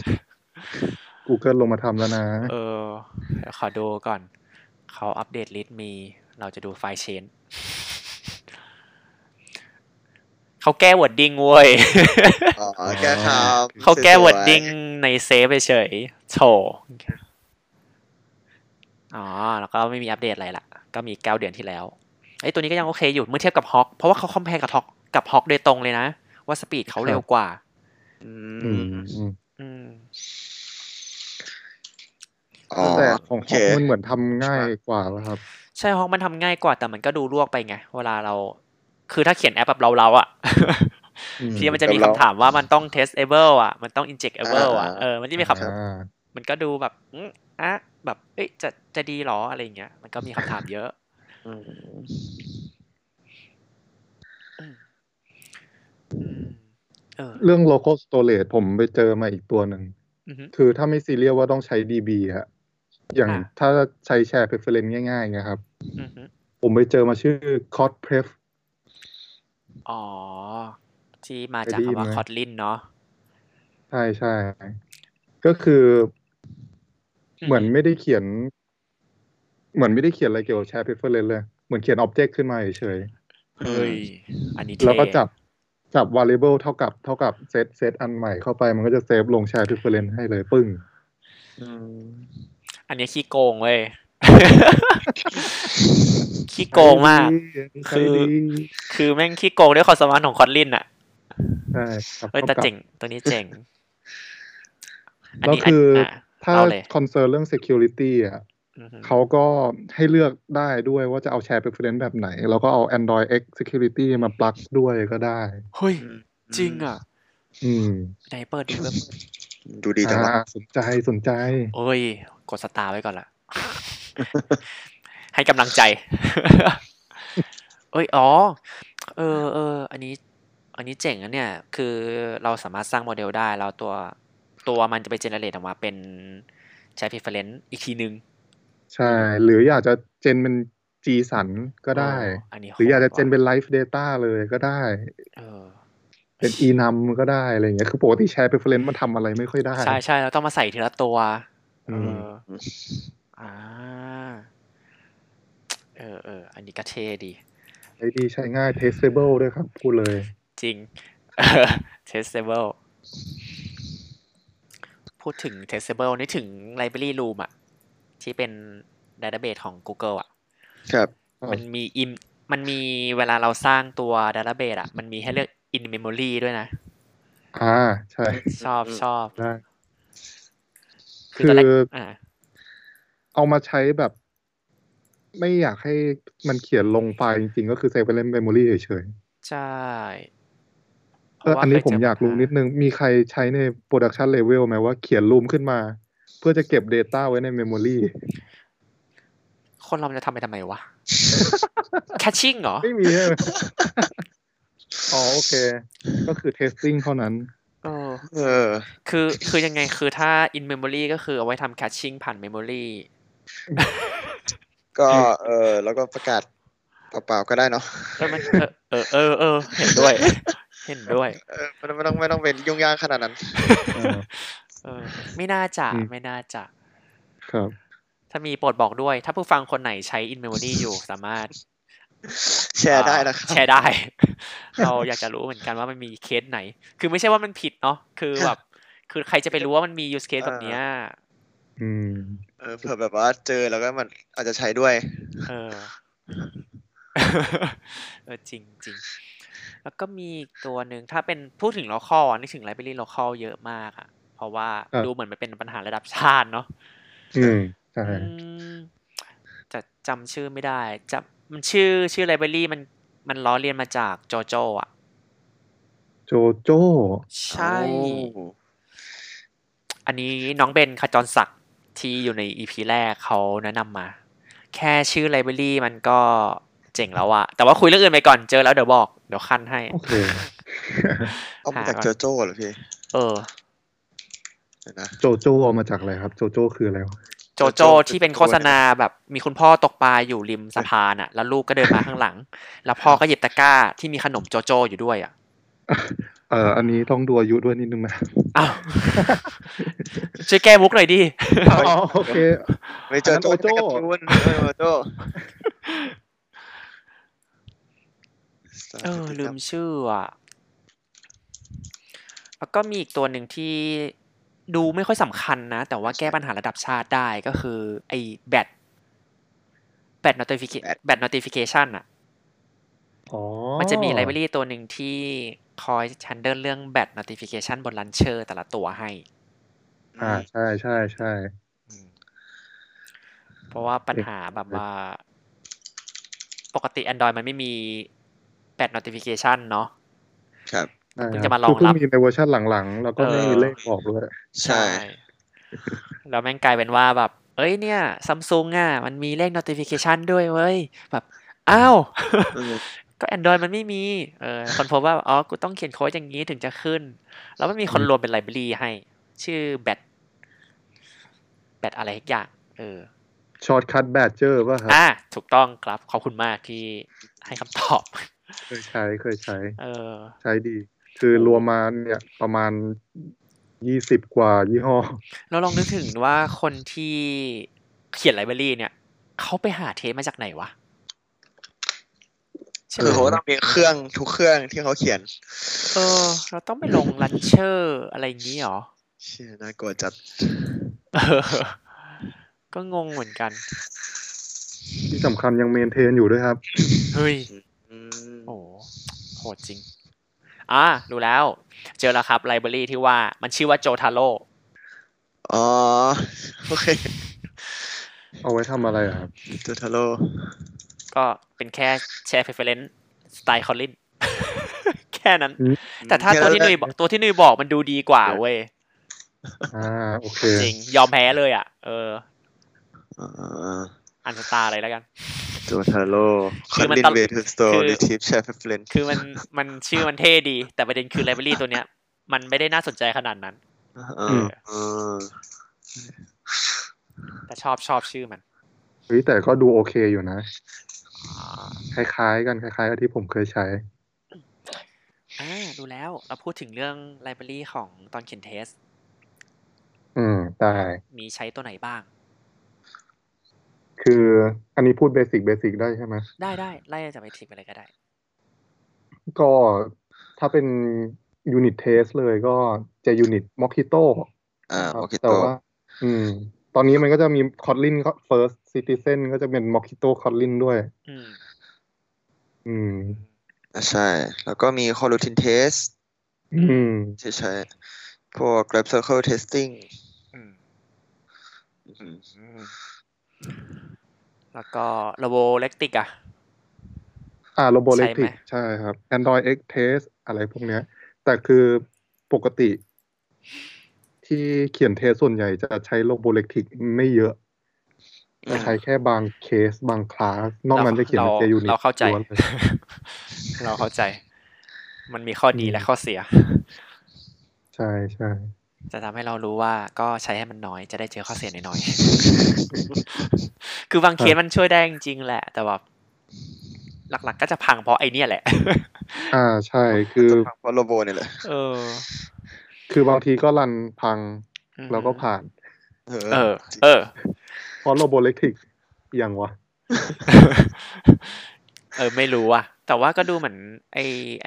Google ลงมาทำแล้วนะ เออเดี๋ยวขอดูก่อน เขาอัปเดตลิสต์มี เราจะดูไฟล์เชน เขาแก้วอร์ดดิ้งเว้ย อ๋อแก้ข่าว เขาแก้วอร์ดดิ้ง สย ในเซฟเฉยๆโชว์อ๋อ แล้วก็ไม่มีอัปเดตอะไรละ ก็มีเก้าเดือนที่แล้วไอ้ยตัวนี้ก็ยังโอเคอยู่เมื่อเทียบกับฮอก เพราะว่าเขาคอมเพลกับฮอกกับฮอกโดยตรงเลยนะ ว่าสปีดเขาเร็วกว่า ๆอื อื ม มอืม อืม อ๋อ แต่ของ โอ ข เค องมันเหมือนทำง่ายกว่าป่ะครับ ใช่ฮอกมันทำง่ายกว่าแต่มันก็ดูลวกไปไง เวลาเรา คือถ้าเขียนแอปแบบเราเราๆอะ อืม ที่มันจะมีคำถามว่ามันต้อง testable อ่ะ มันต้อง injectable อ่ะ เออ มันที่มีคำ อ่า มันก็ดูแบบอื้ออ่ะแบบ เอ้ย จะ จะดีเหรอ อะไรอย่างเงี้ย มันก็มีคำถามเยอะ อืม เออ เรื่อง local storage ผมไปเจอมาอีกตัวหนึ่ง อือฮึ คือถ้าไม่ซีเรียสว่าต้องใช้ DB ฮะ อย่าง อ่า ถ้าใช้แชร์ preference ง่ายๆไงครับ อือฮึ ผมไปเจอมาชื่อ c o t pref อ๋อ ที่มาจาก เคยได้ยิน คำว่า ไหม คอตลินเนาะ ใช่ใช่ก็คือเหมือนไม่ได้เขียน เหมือนไม่ได้เขียนอะไรเกี่ยวกับแชร์ preference เลย เหมือนเขียน object ขึ้นมาเฉย เฮ้ย อันนี้ ๆแล้วก็ เท่ จับจับ variable เท่ากับเท่ากับ set set อันใหม่เข้าไปมันก็จะเซฟลงแชร์ preference ให้เลยปึ้ง อันนี้ขี้โกงเว้ย ขี้โกงมาก ใช้ดี คือแม่งขี้โกงด้วยความสามารถของคอตลินอะ ใช่ครับ เอ้ยแต่ ท่ากับ เจ๋งตัวนี้เจ๋ง แล้วคืออถ้า เอาเลย คอนเซิร์นเรื่อง Security อ่ะ อือฮึ เขาก็ให้เลือกได้ด้วยว่าจะเอาแชร์ preference แบบไหน แล้วก็เอา Android X Security มาปลักด้วยก็ได้ เฮ้ย จริงอ่ะ อืม ไหนเปิ ดดูเว็บ ดูดีจังวะ อ่าสนใจสนใจ โอ้ย กดสตาร์ไว้ก่อนละ ให้กำลังใจ เอ้ย อ๋อ เออเออ อันนี้ อันนี้เจ๋งนะเนี่ย คือเราสามารถสร้างโมเดลได้ แล้วตัวตัวมันจะไปเจเนเรตออกมาเป็นใช้ preference อีกทีนึง ใช่ หรืออยากจะเจนเป็น G สันก็ได้ โอ้อันนี้ หรืออยากจะเจน โหดว่ เป็น Live Data เลยก็ได้ เออ เป็น e n u m ก็ได้อะไรอย่างเงี้ยคือปกติแชร์ preference มันทำอะไรไม่ค่อยได้ ใช่ใช่แล้วต้องมาใส่ทีละตัว อื เออมอ่าเออเอออันนี้ก็เท่ดี ใช้ดีใช้ง่าย testable ด้วยครับพูดเลย จริง testable พูดถึง testable นี่ถึง library room อะที่เป็น database ของ Google อะ ครับ ครับ มันมี in มันมีเวลาเราสร้างตัว database อะมันมีให้เลือก in memory ด้วยนะ อ่าใช่ ชอบ อืม ชอบ ได้ ตนแรก คือ อ่า เอามาใช้แบบ ไม่อยากให้มันเขียนลงไฟล์จริงๆ ก็คือเซฟไว้ในเมมโมรีเฉย ใช่ ๆเอออันนี้ผมอยากรู้นิด ง นึง มีใครใช้ในโปรดักชันเลเวลไหมว่าเขียนรูมขึ้นมา เพื่อจะเก็บ Data ไว้ในเมมโมรี คนเรามันจะทำไปทำไม วะ แคชชิ่งเหรอ ไม่มีใช่ไหม อ๋อโอเค ก็คือ testing เท่านั้น เออ เออ คือ คือยังไง คือถ้า in memory ก็คือเอาไว้ทำแคชชิ่งผ่าน memory ก็ เออ แล้วก็ประกาศเปล่าๆก็ได้เนาะ เออมันเออเออ เออ เออ เห็นด้วย เห็นด้วย เออไม่ต้องไม่ต้องไม่ต้องเป็นยุ่งยากขนาดนั้น เออ ไม่น่าจะ อืม ไม่น่าจะ ครับ ถ้ามีโปรดบอกด้วย ถ้าผู้ฟังคนไหนใช้ in memory อยู่สามารถ แชร์ได้นะค แช รับ ร์ได้ เราอยากจะรู้เหมือนกันว่ามันมีเคสไหน คือไม่ใช่ว่ามันผิดเนาะ คือแบบ คือใครจะไปรู้ว่ามันมี use case แบบเนี้ย อืม เออเผื่อแบบว่าเจอแล้วก็มันอาจจะใช้ด้วย เออ เอ อจริงจริงแล้วก็มีอีกตัวหนึ่งถ้าเป็นพูดถึง local อ่ะนึกถึง library local เยอะมากอ่ะ เพราะว่า ครับ ดูเหมือนมันเป็นปัญหาระดับชาติเนาะ อืมใช่ อืมจะจำชื่อไม่ได้จะมันชื่อชื่อ library มันมันล้อเลียนมาจากโจโจอ่ะ โจโจ้ ใช่ อันนี้น้องเบนขจรศักดิ์ที่อยู่ใน EP แรกเขาแนะนำมา แค่ชื่อไลบรารีมันก็เจ๋งแล้วอะแต่ว่าคุยเรื่องอื่นไปก่อนเจอแล้วเดี๋ยวบอก เดี๋ยวคันให้ โอเค เอามาจาก หาก่อน โจโจ้เหรอพี่ เออ เดี๋ยวนะ โจโจเอามาจากอะไรครับ โจโจคืออะไรวะ โจโจที่เป็นโฆษณาแบบมีคุณพ่อตกปลาอยู่ริมสะพาน อะแล้วลูกก็เดินมาข้างหลัง แล้วพ่อก็หยิบตะกร้าที่มีขนมโจโจอยู่ด้วยอะ เอ่ออันนี้ต้องดูอายุด้วยนิดนึงนะ อ้าว ช่วยแก้มุกหน่อยดิ เฮ้ย อ๋อโอเค ไม่โจโจ้ อันนั้นโจโจ้ ในการ์ตูนเออโจโจ้ เออลืมชื่ออ่ะ แล้วก็มีอีกตัวหนึ่งที่ดูไม่ค่อยสำคัญนะ แต่ว่าแก้ปัญหาระดับชาติได้ก็คือ ไอ้แบตแบต notification แบต notification อ่ะ อ๋อ มันจะมีไลบรารีตัวหนึ่งที่คอย handle เรื่องแบต notification บนลันเชอร์แต่ละตัวให้ อ่าใช่ใช่ใช่ อืม เพราะว่าปัญหาแบบว่า ปกติ Android มันไม่มีแบต notification เนาะ ครับ ใช่ มัน ค จะ บ มารองรับ คืเพิ่มีในเวอร์ชันหลังๆ แล้วก็ไม่มี เออ เลขบอกด้วย ใช่ แล้วแม่งกลายเป็นว่าแบบ เอ้ยเนี่ยซัมซุงอ่ะ มันมีเลข notification ด้วยเว้ย แบบ อ้าว เออ ก็ Android มันไม่มี เออคนพบว่า อ๋อ กูต้องเขียนโค้ดอย่างนี้ถึงจะขึ้น แล้วมันมีคนรวมเป็นไลบรารีให้ ชื่อแบทแบทอะไรสักอย่าง เออ ชอตคั t แบดเจอร์ป่ะครับ อ่ะ ถูกต้องครับ ขอบคุณมากที่ให้คำตอบ เคยใช้เคยใช้ เออ ใช้ดี คือรวมมาเนี่ยประมาณยี่สิบกว่ายี่ห้อ แล้วลองนึกถึงว่าคนที่เขียนไลบรารีเนี่ย เขาไปหาเทปมาจากไหนวะใช่ไห คื ม อเขาต้องมีเครื่องทุกเครื่องที่เขาเขียน เออ เราต้องไปลงลันเชอร์อะไรอย่างนี้เหรอ เชี่ยน่ากลัวจัด เออ ก็งงเหมือนกัน ที่สำคัญยังเมนเทนอยู่ด้วยครับ เฮ้ย อืม โอ้โหโหดจริง อ่ะรู้แล้ว เจอแล้วครับไลบรารีที่ว่ามันชื่อว่าโจทาโร่ อ๋อโอเค เอาไว้ทำอะไรอะครับ โจทาโร่ ก็เป็นแค่แชร์ preference สไตล์คอลลิน แค่นั้น อืม แต่ถ้าตัวที่นุยบอกตัวที่นุยบอกมันดูดีกว่าเว้ย อ่าโอเค จริง ยอมแพ้เลยอ่ะ เออ อ่า อันสตาร์อะไรแล้วกัน โจทาโร่ คื ค อ อ มัน ดิน ตลก เวทูสโต คือ ร์รีทิฟแชร์เฟลน คือมัน มันชื่อมันเท่ดี แต่ประเด็นคือไลบรารีตัวเนี้ย มันไม่ได้น่าสนใจขนาดนั้น ม แต่ชอบชอบชื่อมัน เฮ้ยแต่ก็ดูโอเคอยู่นะ คล้ายๆ กันคล้ายๆกับที่ผมเคยใช้ อ่า ดูแล้ว เราพูดถึงเรื่องไลบรารีของตอนเขียนเทส อืมได้ มีใช้ตัวไหนบ้าง คืออันนี้พูดเบสิกเบสิกได้ใช่ไหม ได้ได้ไล่จากไปทิกไปเลยก็ได้ ก็ถ้าเป็นยูนิตเทสเลยก็จะยูนิตมอคิโต้ อ่าโอเค แต่ ตัว ว่า อืม ตอนนี้มันก็จะมีคอ t ลินเฟิร์สซิติเซนก็จะเป็นมอคิโต้คอ t ลินด้วย อืม อืม อ่าใช่ แล้วก็มีคอรูทินเทส อืม ที่ใช้ พวก Grab Circle Testing อืม อืม แล้วก็ระโบเล็กติกอะ อ่าโรโบเลติก ใช่ไหม ใช่ครับ Android X Test อะไรพวกเนี้ย แต่คือปกติ ที่เขียนเทสส่วนใหญ่จะใช้โรโบเลติกไม่เยอะจะใช้แค่บางเคสบางคลาส นอกนั้นจะเขียนเป็น เรา JUnit เราเข้าใจ ล้วนลย เราเข้าใจ มันมีข้อดี อืม และข้อเสีย ใช่ใช่ จะทำให้เรารู้ว่าก็ใช้ให้มันน้อยจะได้เจอข้อเสียน้ อยๆ คือบางเคสมันช่วยได้จริงๆแหละ แต่แบบหลักๆก็จะพังเพราะไอเนี่ยแหละ อ่าใช่คือ จะพังเพราะโลโบเนี่ยแหละ เออ คือบางทีก็รันพัง อืม แล้วก็ผ่าน เออ เออ เพราะโรโบเลติกอย่างวะ เออ ไม่รู้อ่ะ แต่ว่าก็ดูเหมือนไอ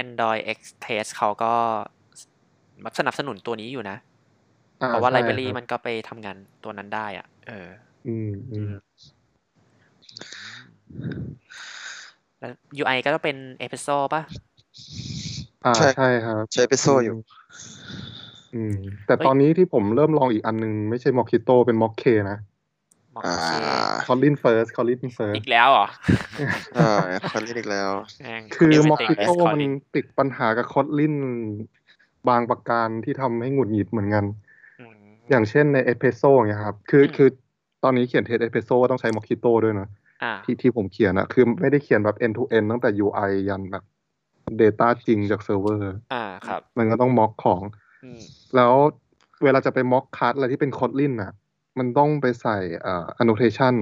Android X Test เขาก็แบบสนับสนุนตัวนี้อยู่นะ อ่า เพราะว่าไล ใช่ บรารี ครับ มันก็ไปทำงานตัวนั้นได้อ่ะ เออ อืมอืม แล้ว UI ก็ต้องเป็น e p i s o ป่ะ อ่าใช่ครับ ใช้เปโซอยู่ อืม แต่ตอนนี้ที่ผมเริ่มลองอีกอันนึง ไม่ใช่มอคิโตเป็นมอคเคนะ มอง อ่า เช คอลลินเฟิร์สคอลลินเฟิร์ส อีกแล้วเหรอ อ่าคอนลินอีกแล้ว แม่ง คือ Everything มอคิ is โตมัน calling ติดปัญหากับคอลลินบางประการที่ทำให้หงุดหงิดเหมือนกัน อืม อย่างเช่นในเอสเพรสโซ่เนี่ยครับคือ อืม คือตอนนี้เขียนเทสเอสเพรสโซ่ต้องใช้มอคิโต้ด้วยเนอะ อ่า ที่ที่ผมเขียนอะคือไม่ได้เขียนแบบ end to end ตั้งแต่ UI ยันแบบ Data จริงจากเซิร์ฟเวอร์ อ่าครับ มันก็ต้องม็อกของ อืม แล้วเวลาจะไปม็อกคัสอะไรที่เป็นคอ t ลินน่ะ มันต้องไปใส่เอ่อ annotation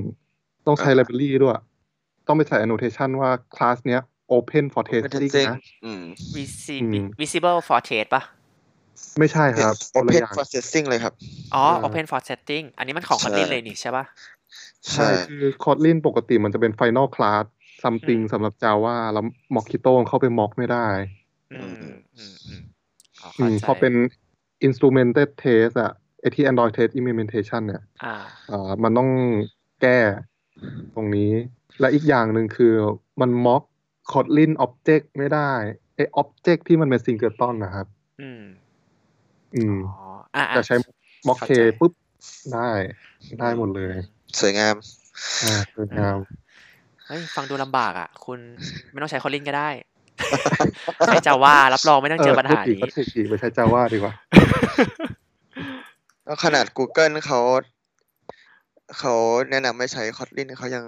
ต้องใช้ อ่า library ด้วย ต้องไปใส่ annotation ว่า คลาสเนี้ย open for เป็นเทน testing ซิง นะ อืม วิซี อืม วิซิเบิลฟอร์เทสป่ะ ไม่ใช่ครับค โอนเพ ละ น อย่าง ฟอร์เซสซิ่งเลยครับ อ๋อ เออ Open for Setting อันนี้มันของคอนดินเลยนี่ใช่ป่ะ ใช่คือ Kotlin ปกติมันจะเป็น Final Class something อืม สำหรับ Java แล้ว Mockito เข้าไป mock ไม่ได้ อืม อืม อืมอืมอ๋อ อื เข้าม ใจ พอเป็น instrumented test อะไอที่ Android test implementation เนี่ย อ่า เอ่อมันต้องแก้ตรงนี้ และอีกอย่างหนึ่งคือมัน mock Kotlin object ไม่ได้ไอ object ที่มันเป็น singleton นะครับ อืม อืม อ๋ออ่า จะใช้ mock เข้า k ใจ ปุ๊บ ได้ได้หมดเลย สวยงาม อ่าสวยงาม เฮ้ย ฟังดูลำบากอ่ะ คุณไม่ต้องใช้คอลลินก็ได้ ใช้จาว่ารับรองไม่ต้องเจอปัญหานี้ เออเทคนิคไปใช้ Java ดีกว่า แล้วขนาด Google เขา เขาแนะนำไม่ใช้คอ t ลินเขายัง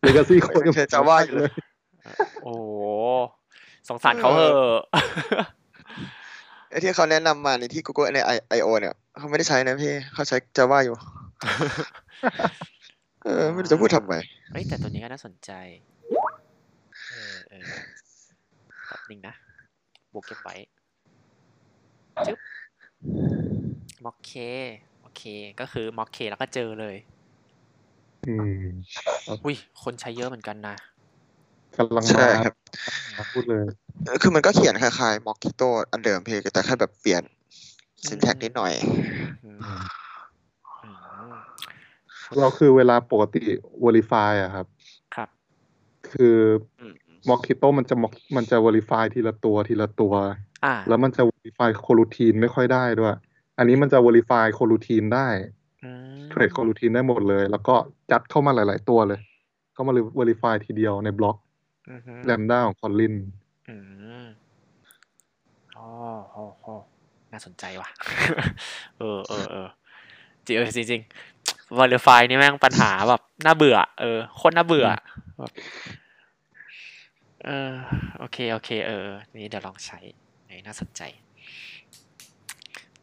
เล กาซี่โค ยังใช้ Java อยู่เลย โอ้โหสงสารเขาเหอะ ไอ้ที่เขาแนะนำมาในที่ Google ใน I- I/O เนี่ยเขาไม่ได้ใช้นะพี่เขาใช้ Java อยู่ เออ ไม่รู้จะพูดทำไม เฮ้ย แต่ตัวนี้ก็น่าสนใจ เออเออแป๊บนึงนะบวกเก็บไว้จึ๊บม็อกเคโอเค ก็คือม็อกเคแล้วก็เจอเลย อืม อุ้ย คนใช้เยอะเหมือนกันนะ กำลัง ใช่ มา ครับ พูดเลย เออคือมันก็เขียนคล้ายๆ Mockito อันเดิมพี่แต่แค่แบบเปลี่ยน syntax นิดหน่อย อืมอืม เราคือเวลาปกติ verify อะครับ ครับ คือ อืม Mockito มันจะ mock- มันจะ verify ทีละตัวทีละตัว อ่า แล้วมันจะ verify coroutine ไม่ค่อยได้ด้วย อันนี้มันจะ verify coroutine ได้ อืม trade coroutine ได้หมดเลย แล้วก็จัดเข้ามาหลาย ๆ ตัวเลย เข้ามา verify ทีเดียวในบล็อก อือฮึ แลมด้าของคอลลิน อืมอ๋อโอ้โหน่าสนใจว่ะ เออเออเออจริงเออจริงจริงวอลเลฟายนี่แม่งปัญหาแบบน่าเบื่อ เออโคตรน่าเบื่อแบบเออโอเค โอเค เออ นี่เดี๋ยวลองใช้ไหนน่าสนใจ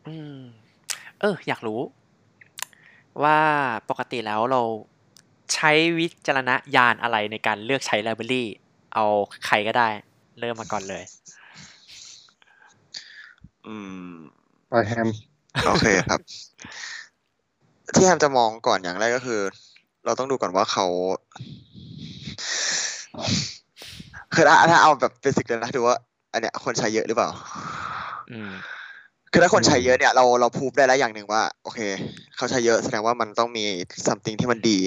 อืม เออ อยากรู้ ว่าปกติแล้วเราใช้วิจารณญาณอะไรในการเลือกใช้ไลบรารีเอาใครก็ได้ เริ่มมาก่อนเลย อืม ไปแฮม โอเคครับ ที่แฮมจะมองก่อนอย่างแรกก็คือ เราต้องดูก่อนว่าเขาคือถ้าถ้าเอาแบบเบสิกเลยนะดูว่าอันเนี้ยคนใช้เยอะหรือเปล่า อืม คือถ้าคนใช้เยอะเนี่ย เราเราพูดได้แล้วอย่างหนึ่งว่า โอเค เขาใช้เยอะแสดงว่ามันต้องมี something ที่มันดี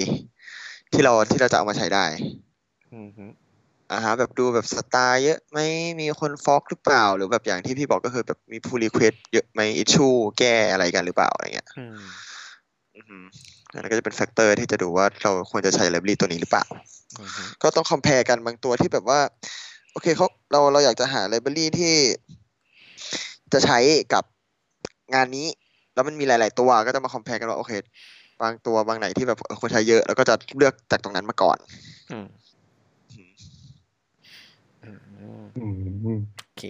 ที่เราที่เราจะเอามาใช้ได้ อืมฮึ อ่าฮะแบบดูแบบสไตล์เยอะไหมมีคนฟอกหรือเปล่า หรือแบบอย่างที่พี่บอกก็คือแบบมี pull request เยอะไหม issue แก้อะไรกันหรือเปล่าอะไรเงี้ย อืม อือฮึอันนั้นก็จะเป็นแฟกเตอร์ที่จะดูว่าเราควรจะใช้ library ตัวนี้หรือเปล่า อืมฮึ ก็ต้อง compare กันบางตัวที่แบบว่า โอเคเขาเราเราอยากจะหา library ที่ จะใช้กับงานนี้ แล้วมันมีหลาย ๆ ตัวก็จะมา compare กันว่า โอเค บางตัวบางไหนที่แบบเออคนใช้เยอะ แล้วก็จะเลือกจากตรงนั้นมาก่อน อืม อืม อืม อืม โอเค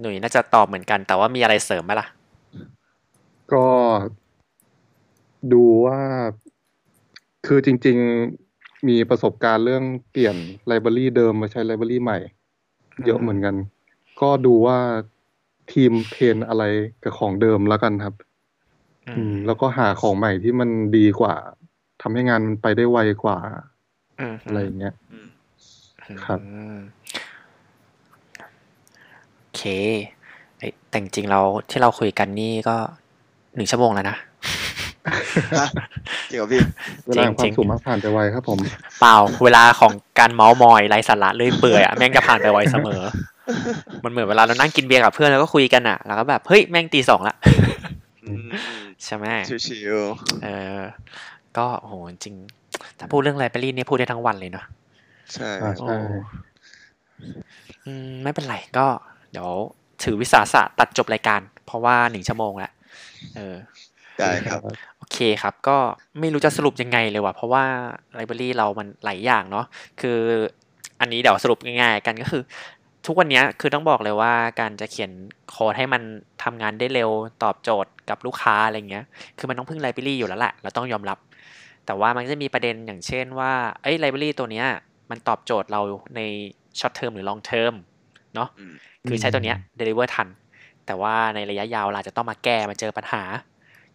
หนุ่ยน่าจะตอบเหมือนกัน แต่ว่ามีอะไรเสริมไหมล่ะ ก็ดูว่าคือจริง ๆมีประสบการณ์เรื่องเปลี่ยนไลบรารีเดิมมาใช้ไลบรารีใหม่ เยอะเหมือนกัน ก็ดูว่าทีมเพนอะไรกับของเดิมแล้วกันครับ อืม แล้วก็หาของใหม่ที่มันดีกว่าทำให้งานมันไปได้ไวกว่า อืมฮึ อะไรอย่างเงี้ย ครับ อืมโอเคเอ้ยแต่จริงๆเราที่เราคุยกันนี่ก็หนึ่งชั่วโมงแล้วนะ ฮะจริงเหรอพี่ เวลาแห่งคจวาริ ม งๆ สุขมักผ่านไปไวครับ ผม เปล่าเวลาของการเมาส์มอยไร้สาระเรื่อยเปื่อยอะแม่งจะผ่านไปไวเสมอ มันเหมือนเวลาเรานั่งกินเบียร์กับเพื่อนแล้วก็คุยกันอะแล้วก็แบบเฮ้ยแม่งตีสองละ อืม ใช่ไหม ชิว เออ ก็โหจริงถ้าพูดเรื่องไลบรารีเนี่ยพูดได้ทั้งวันเลยเนาะ ๆใช่ อ่า โอ้อืมไม่เป็นไรก็ เดี๋ยวถือวิสาสะตัดจบรายการ เพราะว่าหนึ่งชั่วโมงแล้ว เออ ได้ครับ โอเคครับ ก็ไม่รู้จะสรุปยังไงเลยว่ะ เพราะว่าไลบรารีเรามันหลายอย่างเนาะคืออันนี้เดี๋ยวสรุปง่ายๆกันก็คือ ทุกวันเนี้ยคือต้องบอกเลยว่าการจะเขียนโค้ดให้มันทำงานได้เร็วตอบโจทย์กับลูกค้าอะไรเงี้ย คือมันต้องพึ่งไลบรารีอยู่แล้วแหละ เราต้องยอมรับ แต่ว่ามันก็จะมีประเด็นอย่างเช่นว่าเอ้ยไลบรารีตัวเนี้ยมันตอบโจทย์เราในช็อตเทอมหรือลองเทอมเนาะ อืม คือใช้ตัวเนี้ย deliver ทัน แต่ว่าในระยะยาวเราอาจจะต้องมาแก้มันเจอปัญหา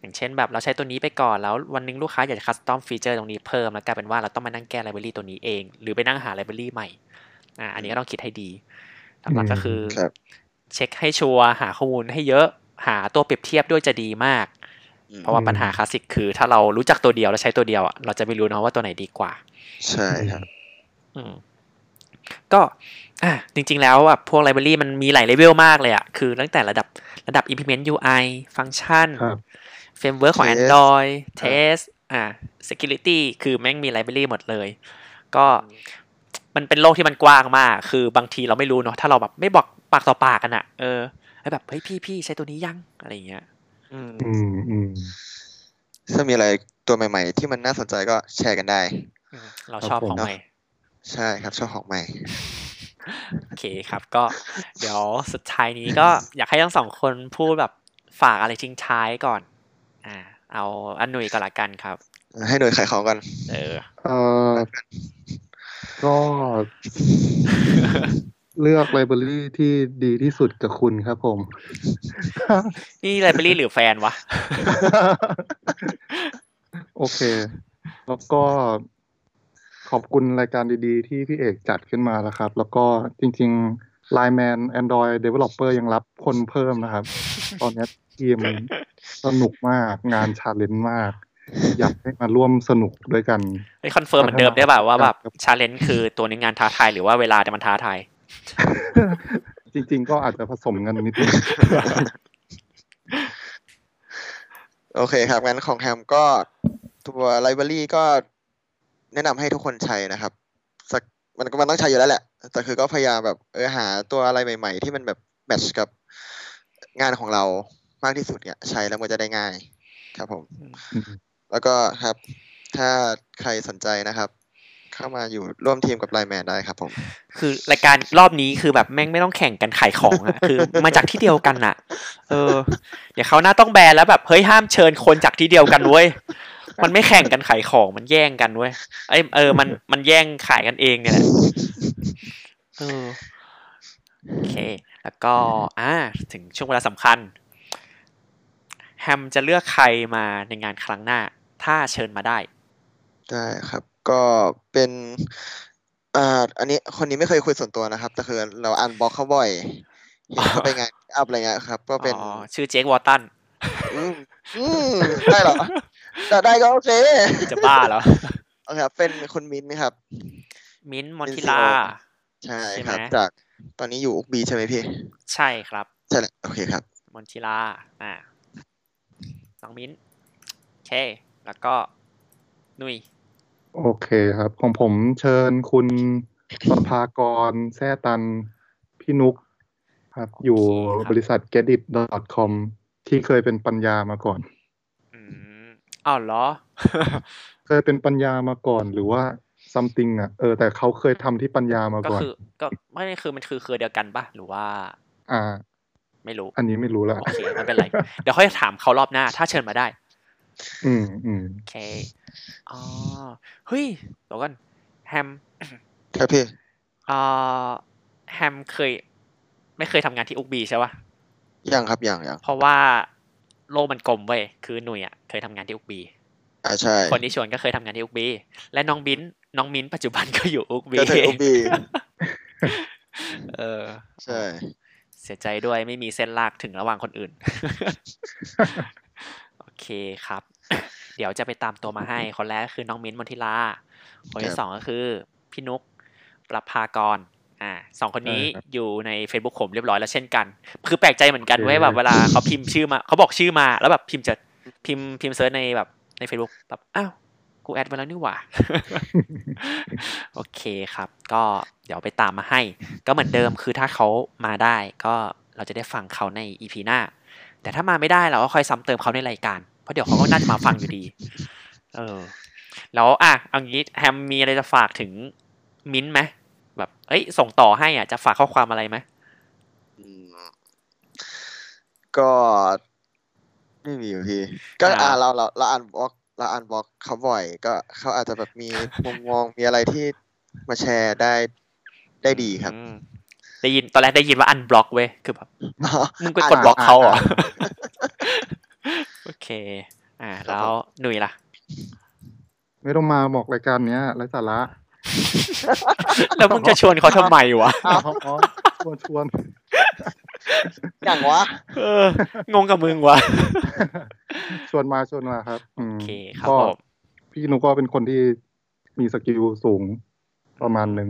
อย่างเช่นแบบเราใช้ตัวนี้ไปก่อนแล้ววันหนึงลูกค้าอยากจะคัสตอมฟีเจอร์ตรงนี้เพิ่มแล้วกลายเป็นว่าเราต้องมานั่งแก้ไลบรารีตัวนี้เอง หรือไปนั่งหาไลบรารีใหม่อ่าอันนี้ก็ต้องคิดให้ดีหลักๆก็คือ ครับ เช็คให้ชัวร์หาข้อมูลให้เยอะหาตัวเปรียบเทียบด้วยจะดีมาก อืม เพราะว่าปัญหาคลาสสิกคือ ถ้าเรารู้จักตัวเดียวแล้วใช้ตัวเดียวอะเราจะไม่รู้นะว่าตัวไหนดีกว่า ใช่ครับ อืมก็อ่ะจริงๆแล้วอ่ะพวกไลบรารีมันมีหลายเลเวลมากเลยอ่ะ คือตั้งแต่ระดับระดับ implement UI function ครับ framework ของ Test Android test อ่ะ security คือแม่งมีไลบรารีหมดเลย ก็มันเป็นโลกที่มันกว้างมาก คือบางทีเราไม่รู้เนาะถ้าเราแบบไม่บอกปากต่อปากกันอ่ะเออให้แบบเฮ้ยพี่พี่ใช้ตัวนี้ยังอะไรอย่างเงี้ย อืม อืมอืม ถ้ามีอะไรตัวใหม่ ๆ ที่มันน่าสนใจก็แชร์กันได้ เราชอบ ครับผขอมงใหม่ ใช่ครับชอบของใหม่ โอเคครับก็เดี๋ยวสุดท้ายนี้ก็ อยากให้ทั้งสองคนพูดแบบฝากอะไรทิ้งท้ายก่อน อ่า เอาอันหนุยก่อนละกันครับ ให้หน่วยขายของกัน เออ เอ่อก็เลือกไลบรารีที่ดีที่สุดกับคุณครับผม นี่ไลบรารีหรือแฟนวะ โอเค แล้วก็ขอบคุณรายการดีๆ ที่พี่เอกจัดขึ้นมาแล้วครับ แล้วก็จริงๆ Line Man Android Developer ยังรับคนเพิ่มนะครับ ตอนนี้ทีมสนุกมากงานชาเลนจ์มาก อยากให้มาร่วมสนุกด้วยกัน ไปคอนเฟิร์มเหมือนเดิมได้ป่ะว่าแบบ ครับ ชาเลนจ์คือตัวในงานท้าทายหรือว่าเวลาแต่มันท้าทาย จริงๆ ก็อาจจะผสมกันนิดนึง โอเคครับงั้นของแฮมก็ตัวไลบรารีก็แนะนำให้ทุกคนใช้นะครับสักมันก็มันต้องใช้อยู่แล้วแหละ แต่คือก็พยายามแบบเออหาตัวอะไรใหม่ ๆ ที่มันแบบแมทช์กับงานของเรามากที่สุดเนี่ยใช้แล้วมันจะได้ง่ายครับผม แล้วก็ครับ ถ้าใครสนใจนะครับ เข้ามาอยู่ร่วมทีมกับไลแมนได้ครับผม คือรายการรอบนี้คือแบบแม่งไม่ต้องแข่งกันขายของ อะคือมาจากที่เดียวกันอะเออเดี๋ยวเขาวหน้าต้องแบนแล้วแบบเฮ้ยห้ามเชิญคนจากที่เดียวกันเว้ยมันไม่แข่งกันขายของมันแย่งกันเว้ยไอยเออมันมันแย่งขายกันเองเนี่ยแหละเออโอเค แล้วก็อ่าถึงช่วงเวลาสำคัญแฮมจะเลือกใครมาในงานครั้งหน้า ถ้าเชิญมาได้ ได้ครับก็เป็นอ่าอันนี้คนนี้ไม่เคยคุยส่วนตัวนะครับ แต่คือเราอ่านบล็อกเขาบ่อยเห็นเขาไปงานอัพอะไรเงี้ยครับ ก็เป็น อ๋อชื่อเจควอลตัน มอืมได้เหรอได้ได้ก็โอเค จะบ้าเหรอ โอเคครับเป็นคุณมิ้นท์ครับ มิ้นท์มอน เป็น ทิ CEO ลา ใช่ ใช่ไหม ครับ จากตอนนี้อยู่อุกบีใช่ไหมพี่ ใช่ครับ ใช่แหละโอเคครับ มอนทิลา อ่า น้องมิ้น โอเค แล้วก็นุย โอเคครับ ของผมเชิญคุณประภากรแซ่ตัน พี่นุกครับ อยู่บริษัท getit.com ที่เคยเป็นปัญญามาก่อน อืมอ้าวเหรอ เคยเป็นปัญญามาก่อนหรือว่า something อ่ะเออแต่เขาเคยทำที่ปัญญามา ก็ ก่อน คือ ก็ไม่ได้คือมันคือเครือเดียวกันปะหรือว่า อ่า ไม่รู้ อันนี้ไม่รู้ละ โอเคไม่เป็นไร เดี๋ยวค่อยถามเขารอบหน้า ถ้าเชิญมาได้ อืมอืม โอเค อ๋อ เฮ้ยเดี๋ยวกันแฮม ครับพี่ อ่า แฮมเคย ไม่เคยทำงานที่อุกบีใช่ปะ ยังครับยังยัง เพราะว่าโลกมันกลมเว้ย คือหนุ่ยอ่ะเคยทำงานที่อุกบี อ่าใช่ คนที่ชวนก็เคยทำงานที่อุกบี และน้องบิ้น น้องมิ้นปัจจุบันก็อยู่อุกบี ก็ถึงอุกบี เออ ใช่ เสียใจด้วยไม่มีเส้นลากถึงระหว่างคนอื่น โอเคครับ เดี๋ยวจะไปตามตัวมาให้ คนแรกคือน้องมิ้นท์มนทิลา คนที่สองก็คือ พี่นุกประภากร อ่าสองคนนี้ ใช่ครับ อยู่ใน Facebook ผมเรียบร้อยแล้วเช่นกัน คือแปลกใจเหมือนกัน โอเค เว้ยแบบเวลาเขาพิมพ์ชื่อมา เขาบอกชื่อมา แล้วแบบพิมพ์จะพิมพ์พิมพ์เซิร์ชในแบบใน Facebook แบบอ้าว กูแอดไว้แล้วนี่หว่า โอเคครับ ก็เดี๋ยวไปตามมาให้ ก็เหมือนเดิมคือถ้าเขามาได้ ก็เราจะได้ฟังเขาใน EP หน้า แต่ถ้ามาไม่ได้เราก็คอยซ้ำเติมเขาในรายการ เพราะเดี๋ยวเขาก็น่าจะมาฟังอยู่ดี เออ แล้วอ่ะเอางี้แฮมมีอะไรจะฝากถึงมิ้นท์ไหมแบบเอ้ย ส่งต่อให้อ่ะจะฝากข้อความอะไรไหม อืมก็ไม่มีอยู่พี่ก็อ่าเราเราเราอ่านบล็อกเราอ่านบล็อกเขาบ่อย ก็เขาอาจจะแบบมี มุมมองมีอะไรที่มาแชร์ได้ได้ดีครับ อืมได้ยินตอนแรกได้ยินว่าอันบล็อกเว้ยคือแบบ อ๋อ มึงไปกดบล็อกเขาเหรอ อ่า โอเค อ่า แล้วหนุ่ยล่ะ ไม่ต้องมาบอกรายการเนี้ยไร้สาระ แล้วมึงจะชวนเขาทำไมวะ อ้าวอ๋อชวนชวน อย่างวะ เอองงกับมึงวะ ชวนมาชวนมาครับอืม โอเคครับ ก็ ผม พี่นุกก็เป็นคนที่มีสกิลสูงประมาณหนึ่ง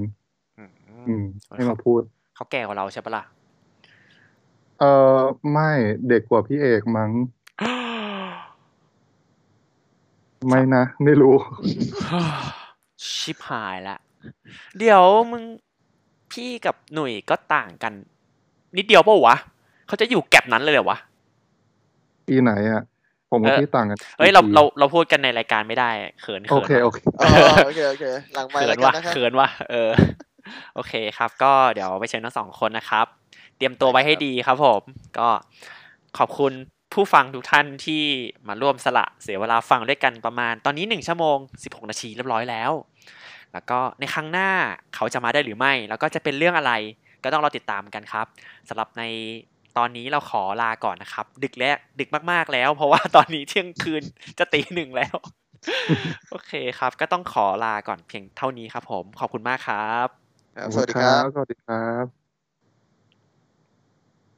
อืมให้มาพูด เขาแก่กว่าเราใช่ปะล่ะ เออไม่เด็กกว่าพี่เอกมั้งไม่นะ ไม่รู้ ชิบหายละ เดี๋ยวมึงพี่กับหนุ่ยก็ต่างกัน นิดเดียวเปล่าวะเขาจะอยู่แก็บนั้นเลยเหรอวะ ปีไหนอ่ะ ผมกับ เอ่อ พี่ต่างกัน เอ้ยเรา ปี เราเราพูดกันในรายการไม่ได้เขิน โอ เขิน เค โอเค อ๋อโอเคโอเค หลังไป เขิ แล้ว น กั ว่ะ นนะครับ เขินว่ะเออ โอเคครับ ก็เดี๋ยวไปเชิญทั้งสองคนนะครับ เตรียมตัวไว้ให้ดีครับผม ก็ขอบคุณผู้ฟังทุกท่านที่มาร่วมสละเสียเวลาฟังด้วยกันประมาณ ตอนนี้ 1 ชั่วโมง 16 นาทีเรียบร้อยแล้ว แล้วก็ในครั้งหน้าเขาจะมาได้หรือไม่ แล้วก็จะเป็นเรื่องอะไรก็ต้องรอติดตามกันครับสำหรับในตอนนี้เราขอลาก่อนนะครับ ดึกแล้วดึกมากๆแล้ว เพราะว่าตอนนี้เที่ยงคืนจะตีหนึ่งแล้ว โอเคครับ ก็ต้องขอลาก่อนเพียงเท่านี้ครับผมขอบคุณมากครับ ครับสวัสดีครับ สวัสดีครับ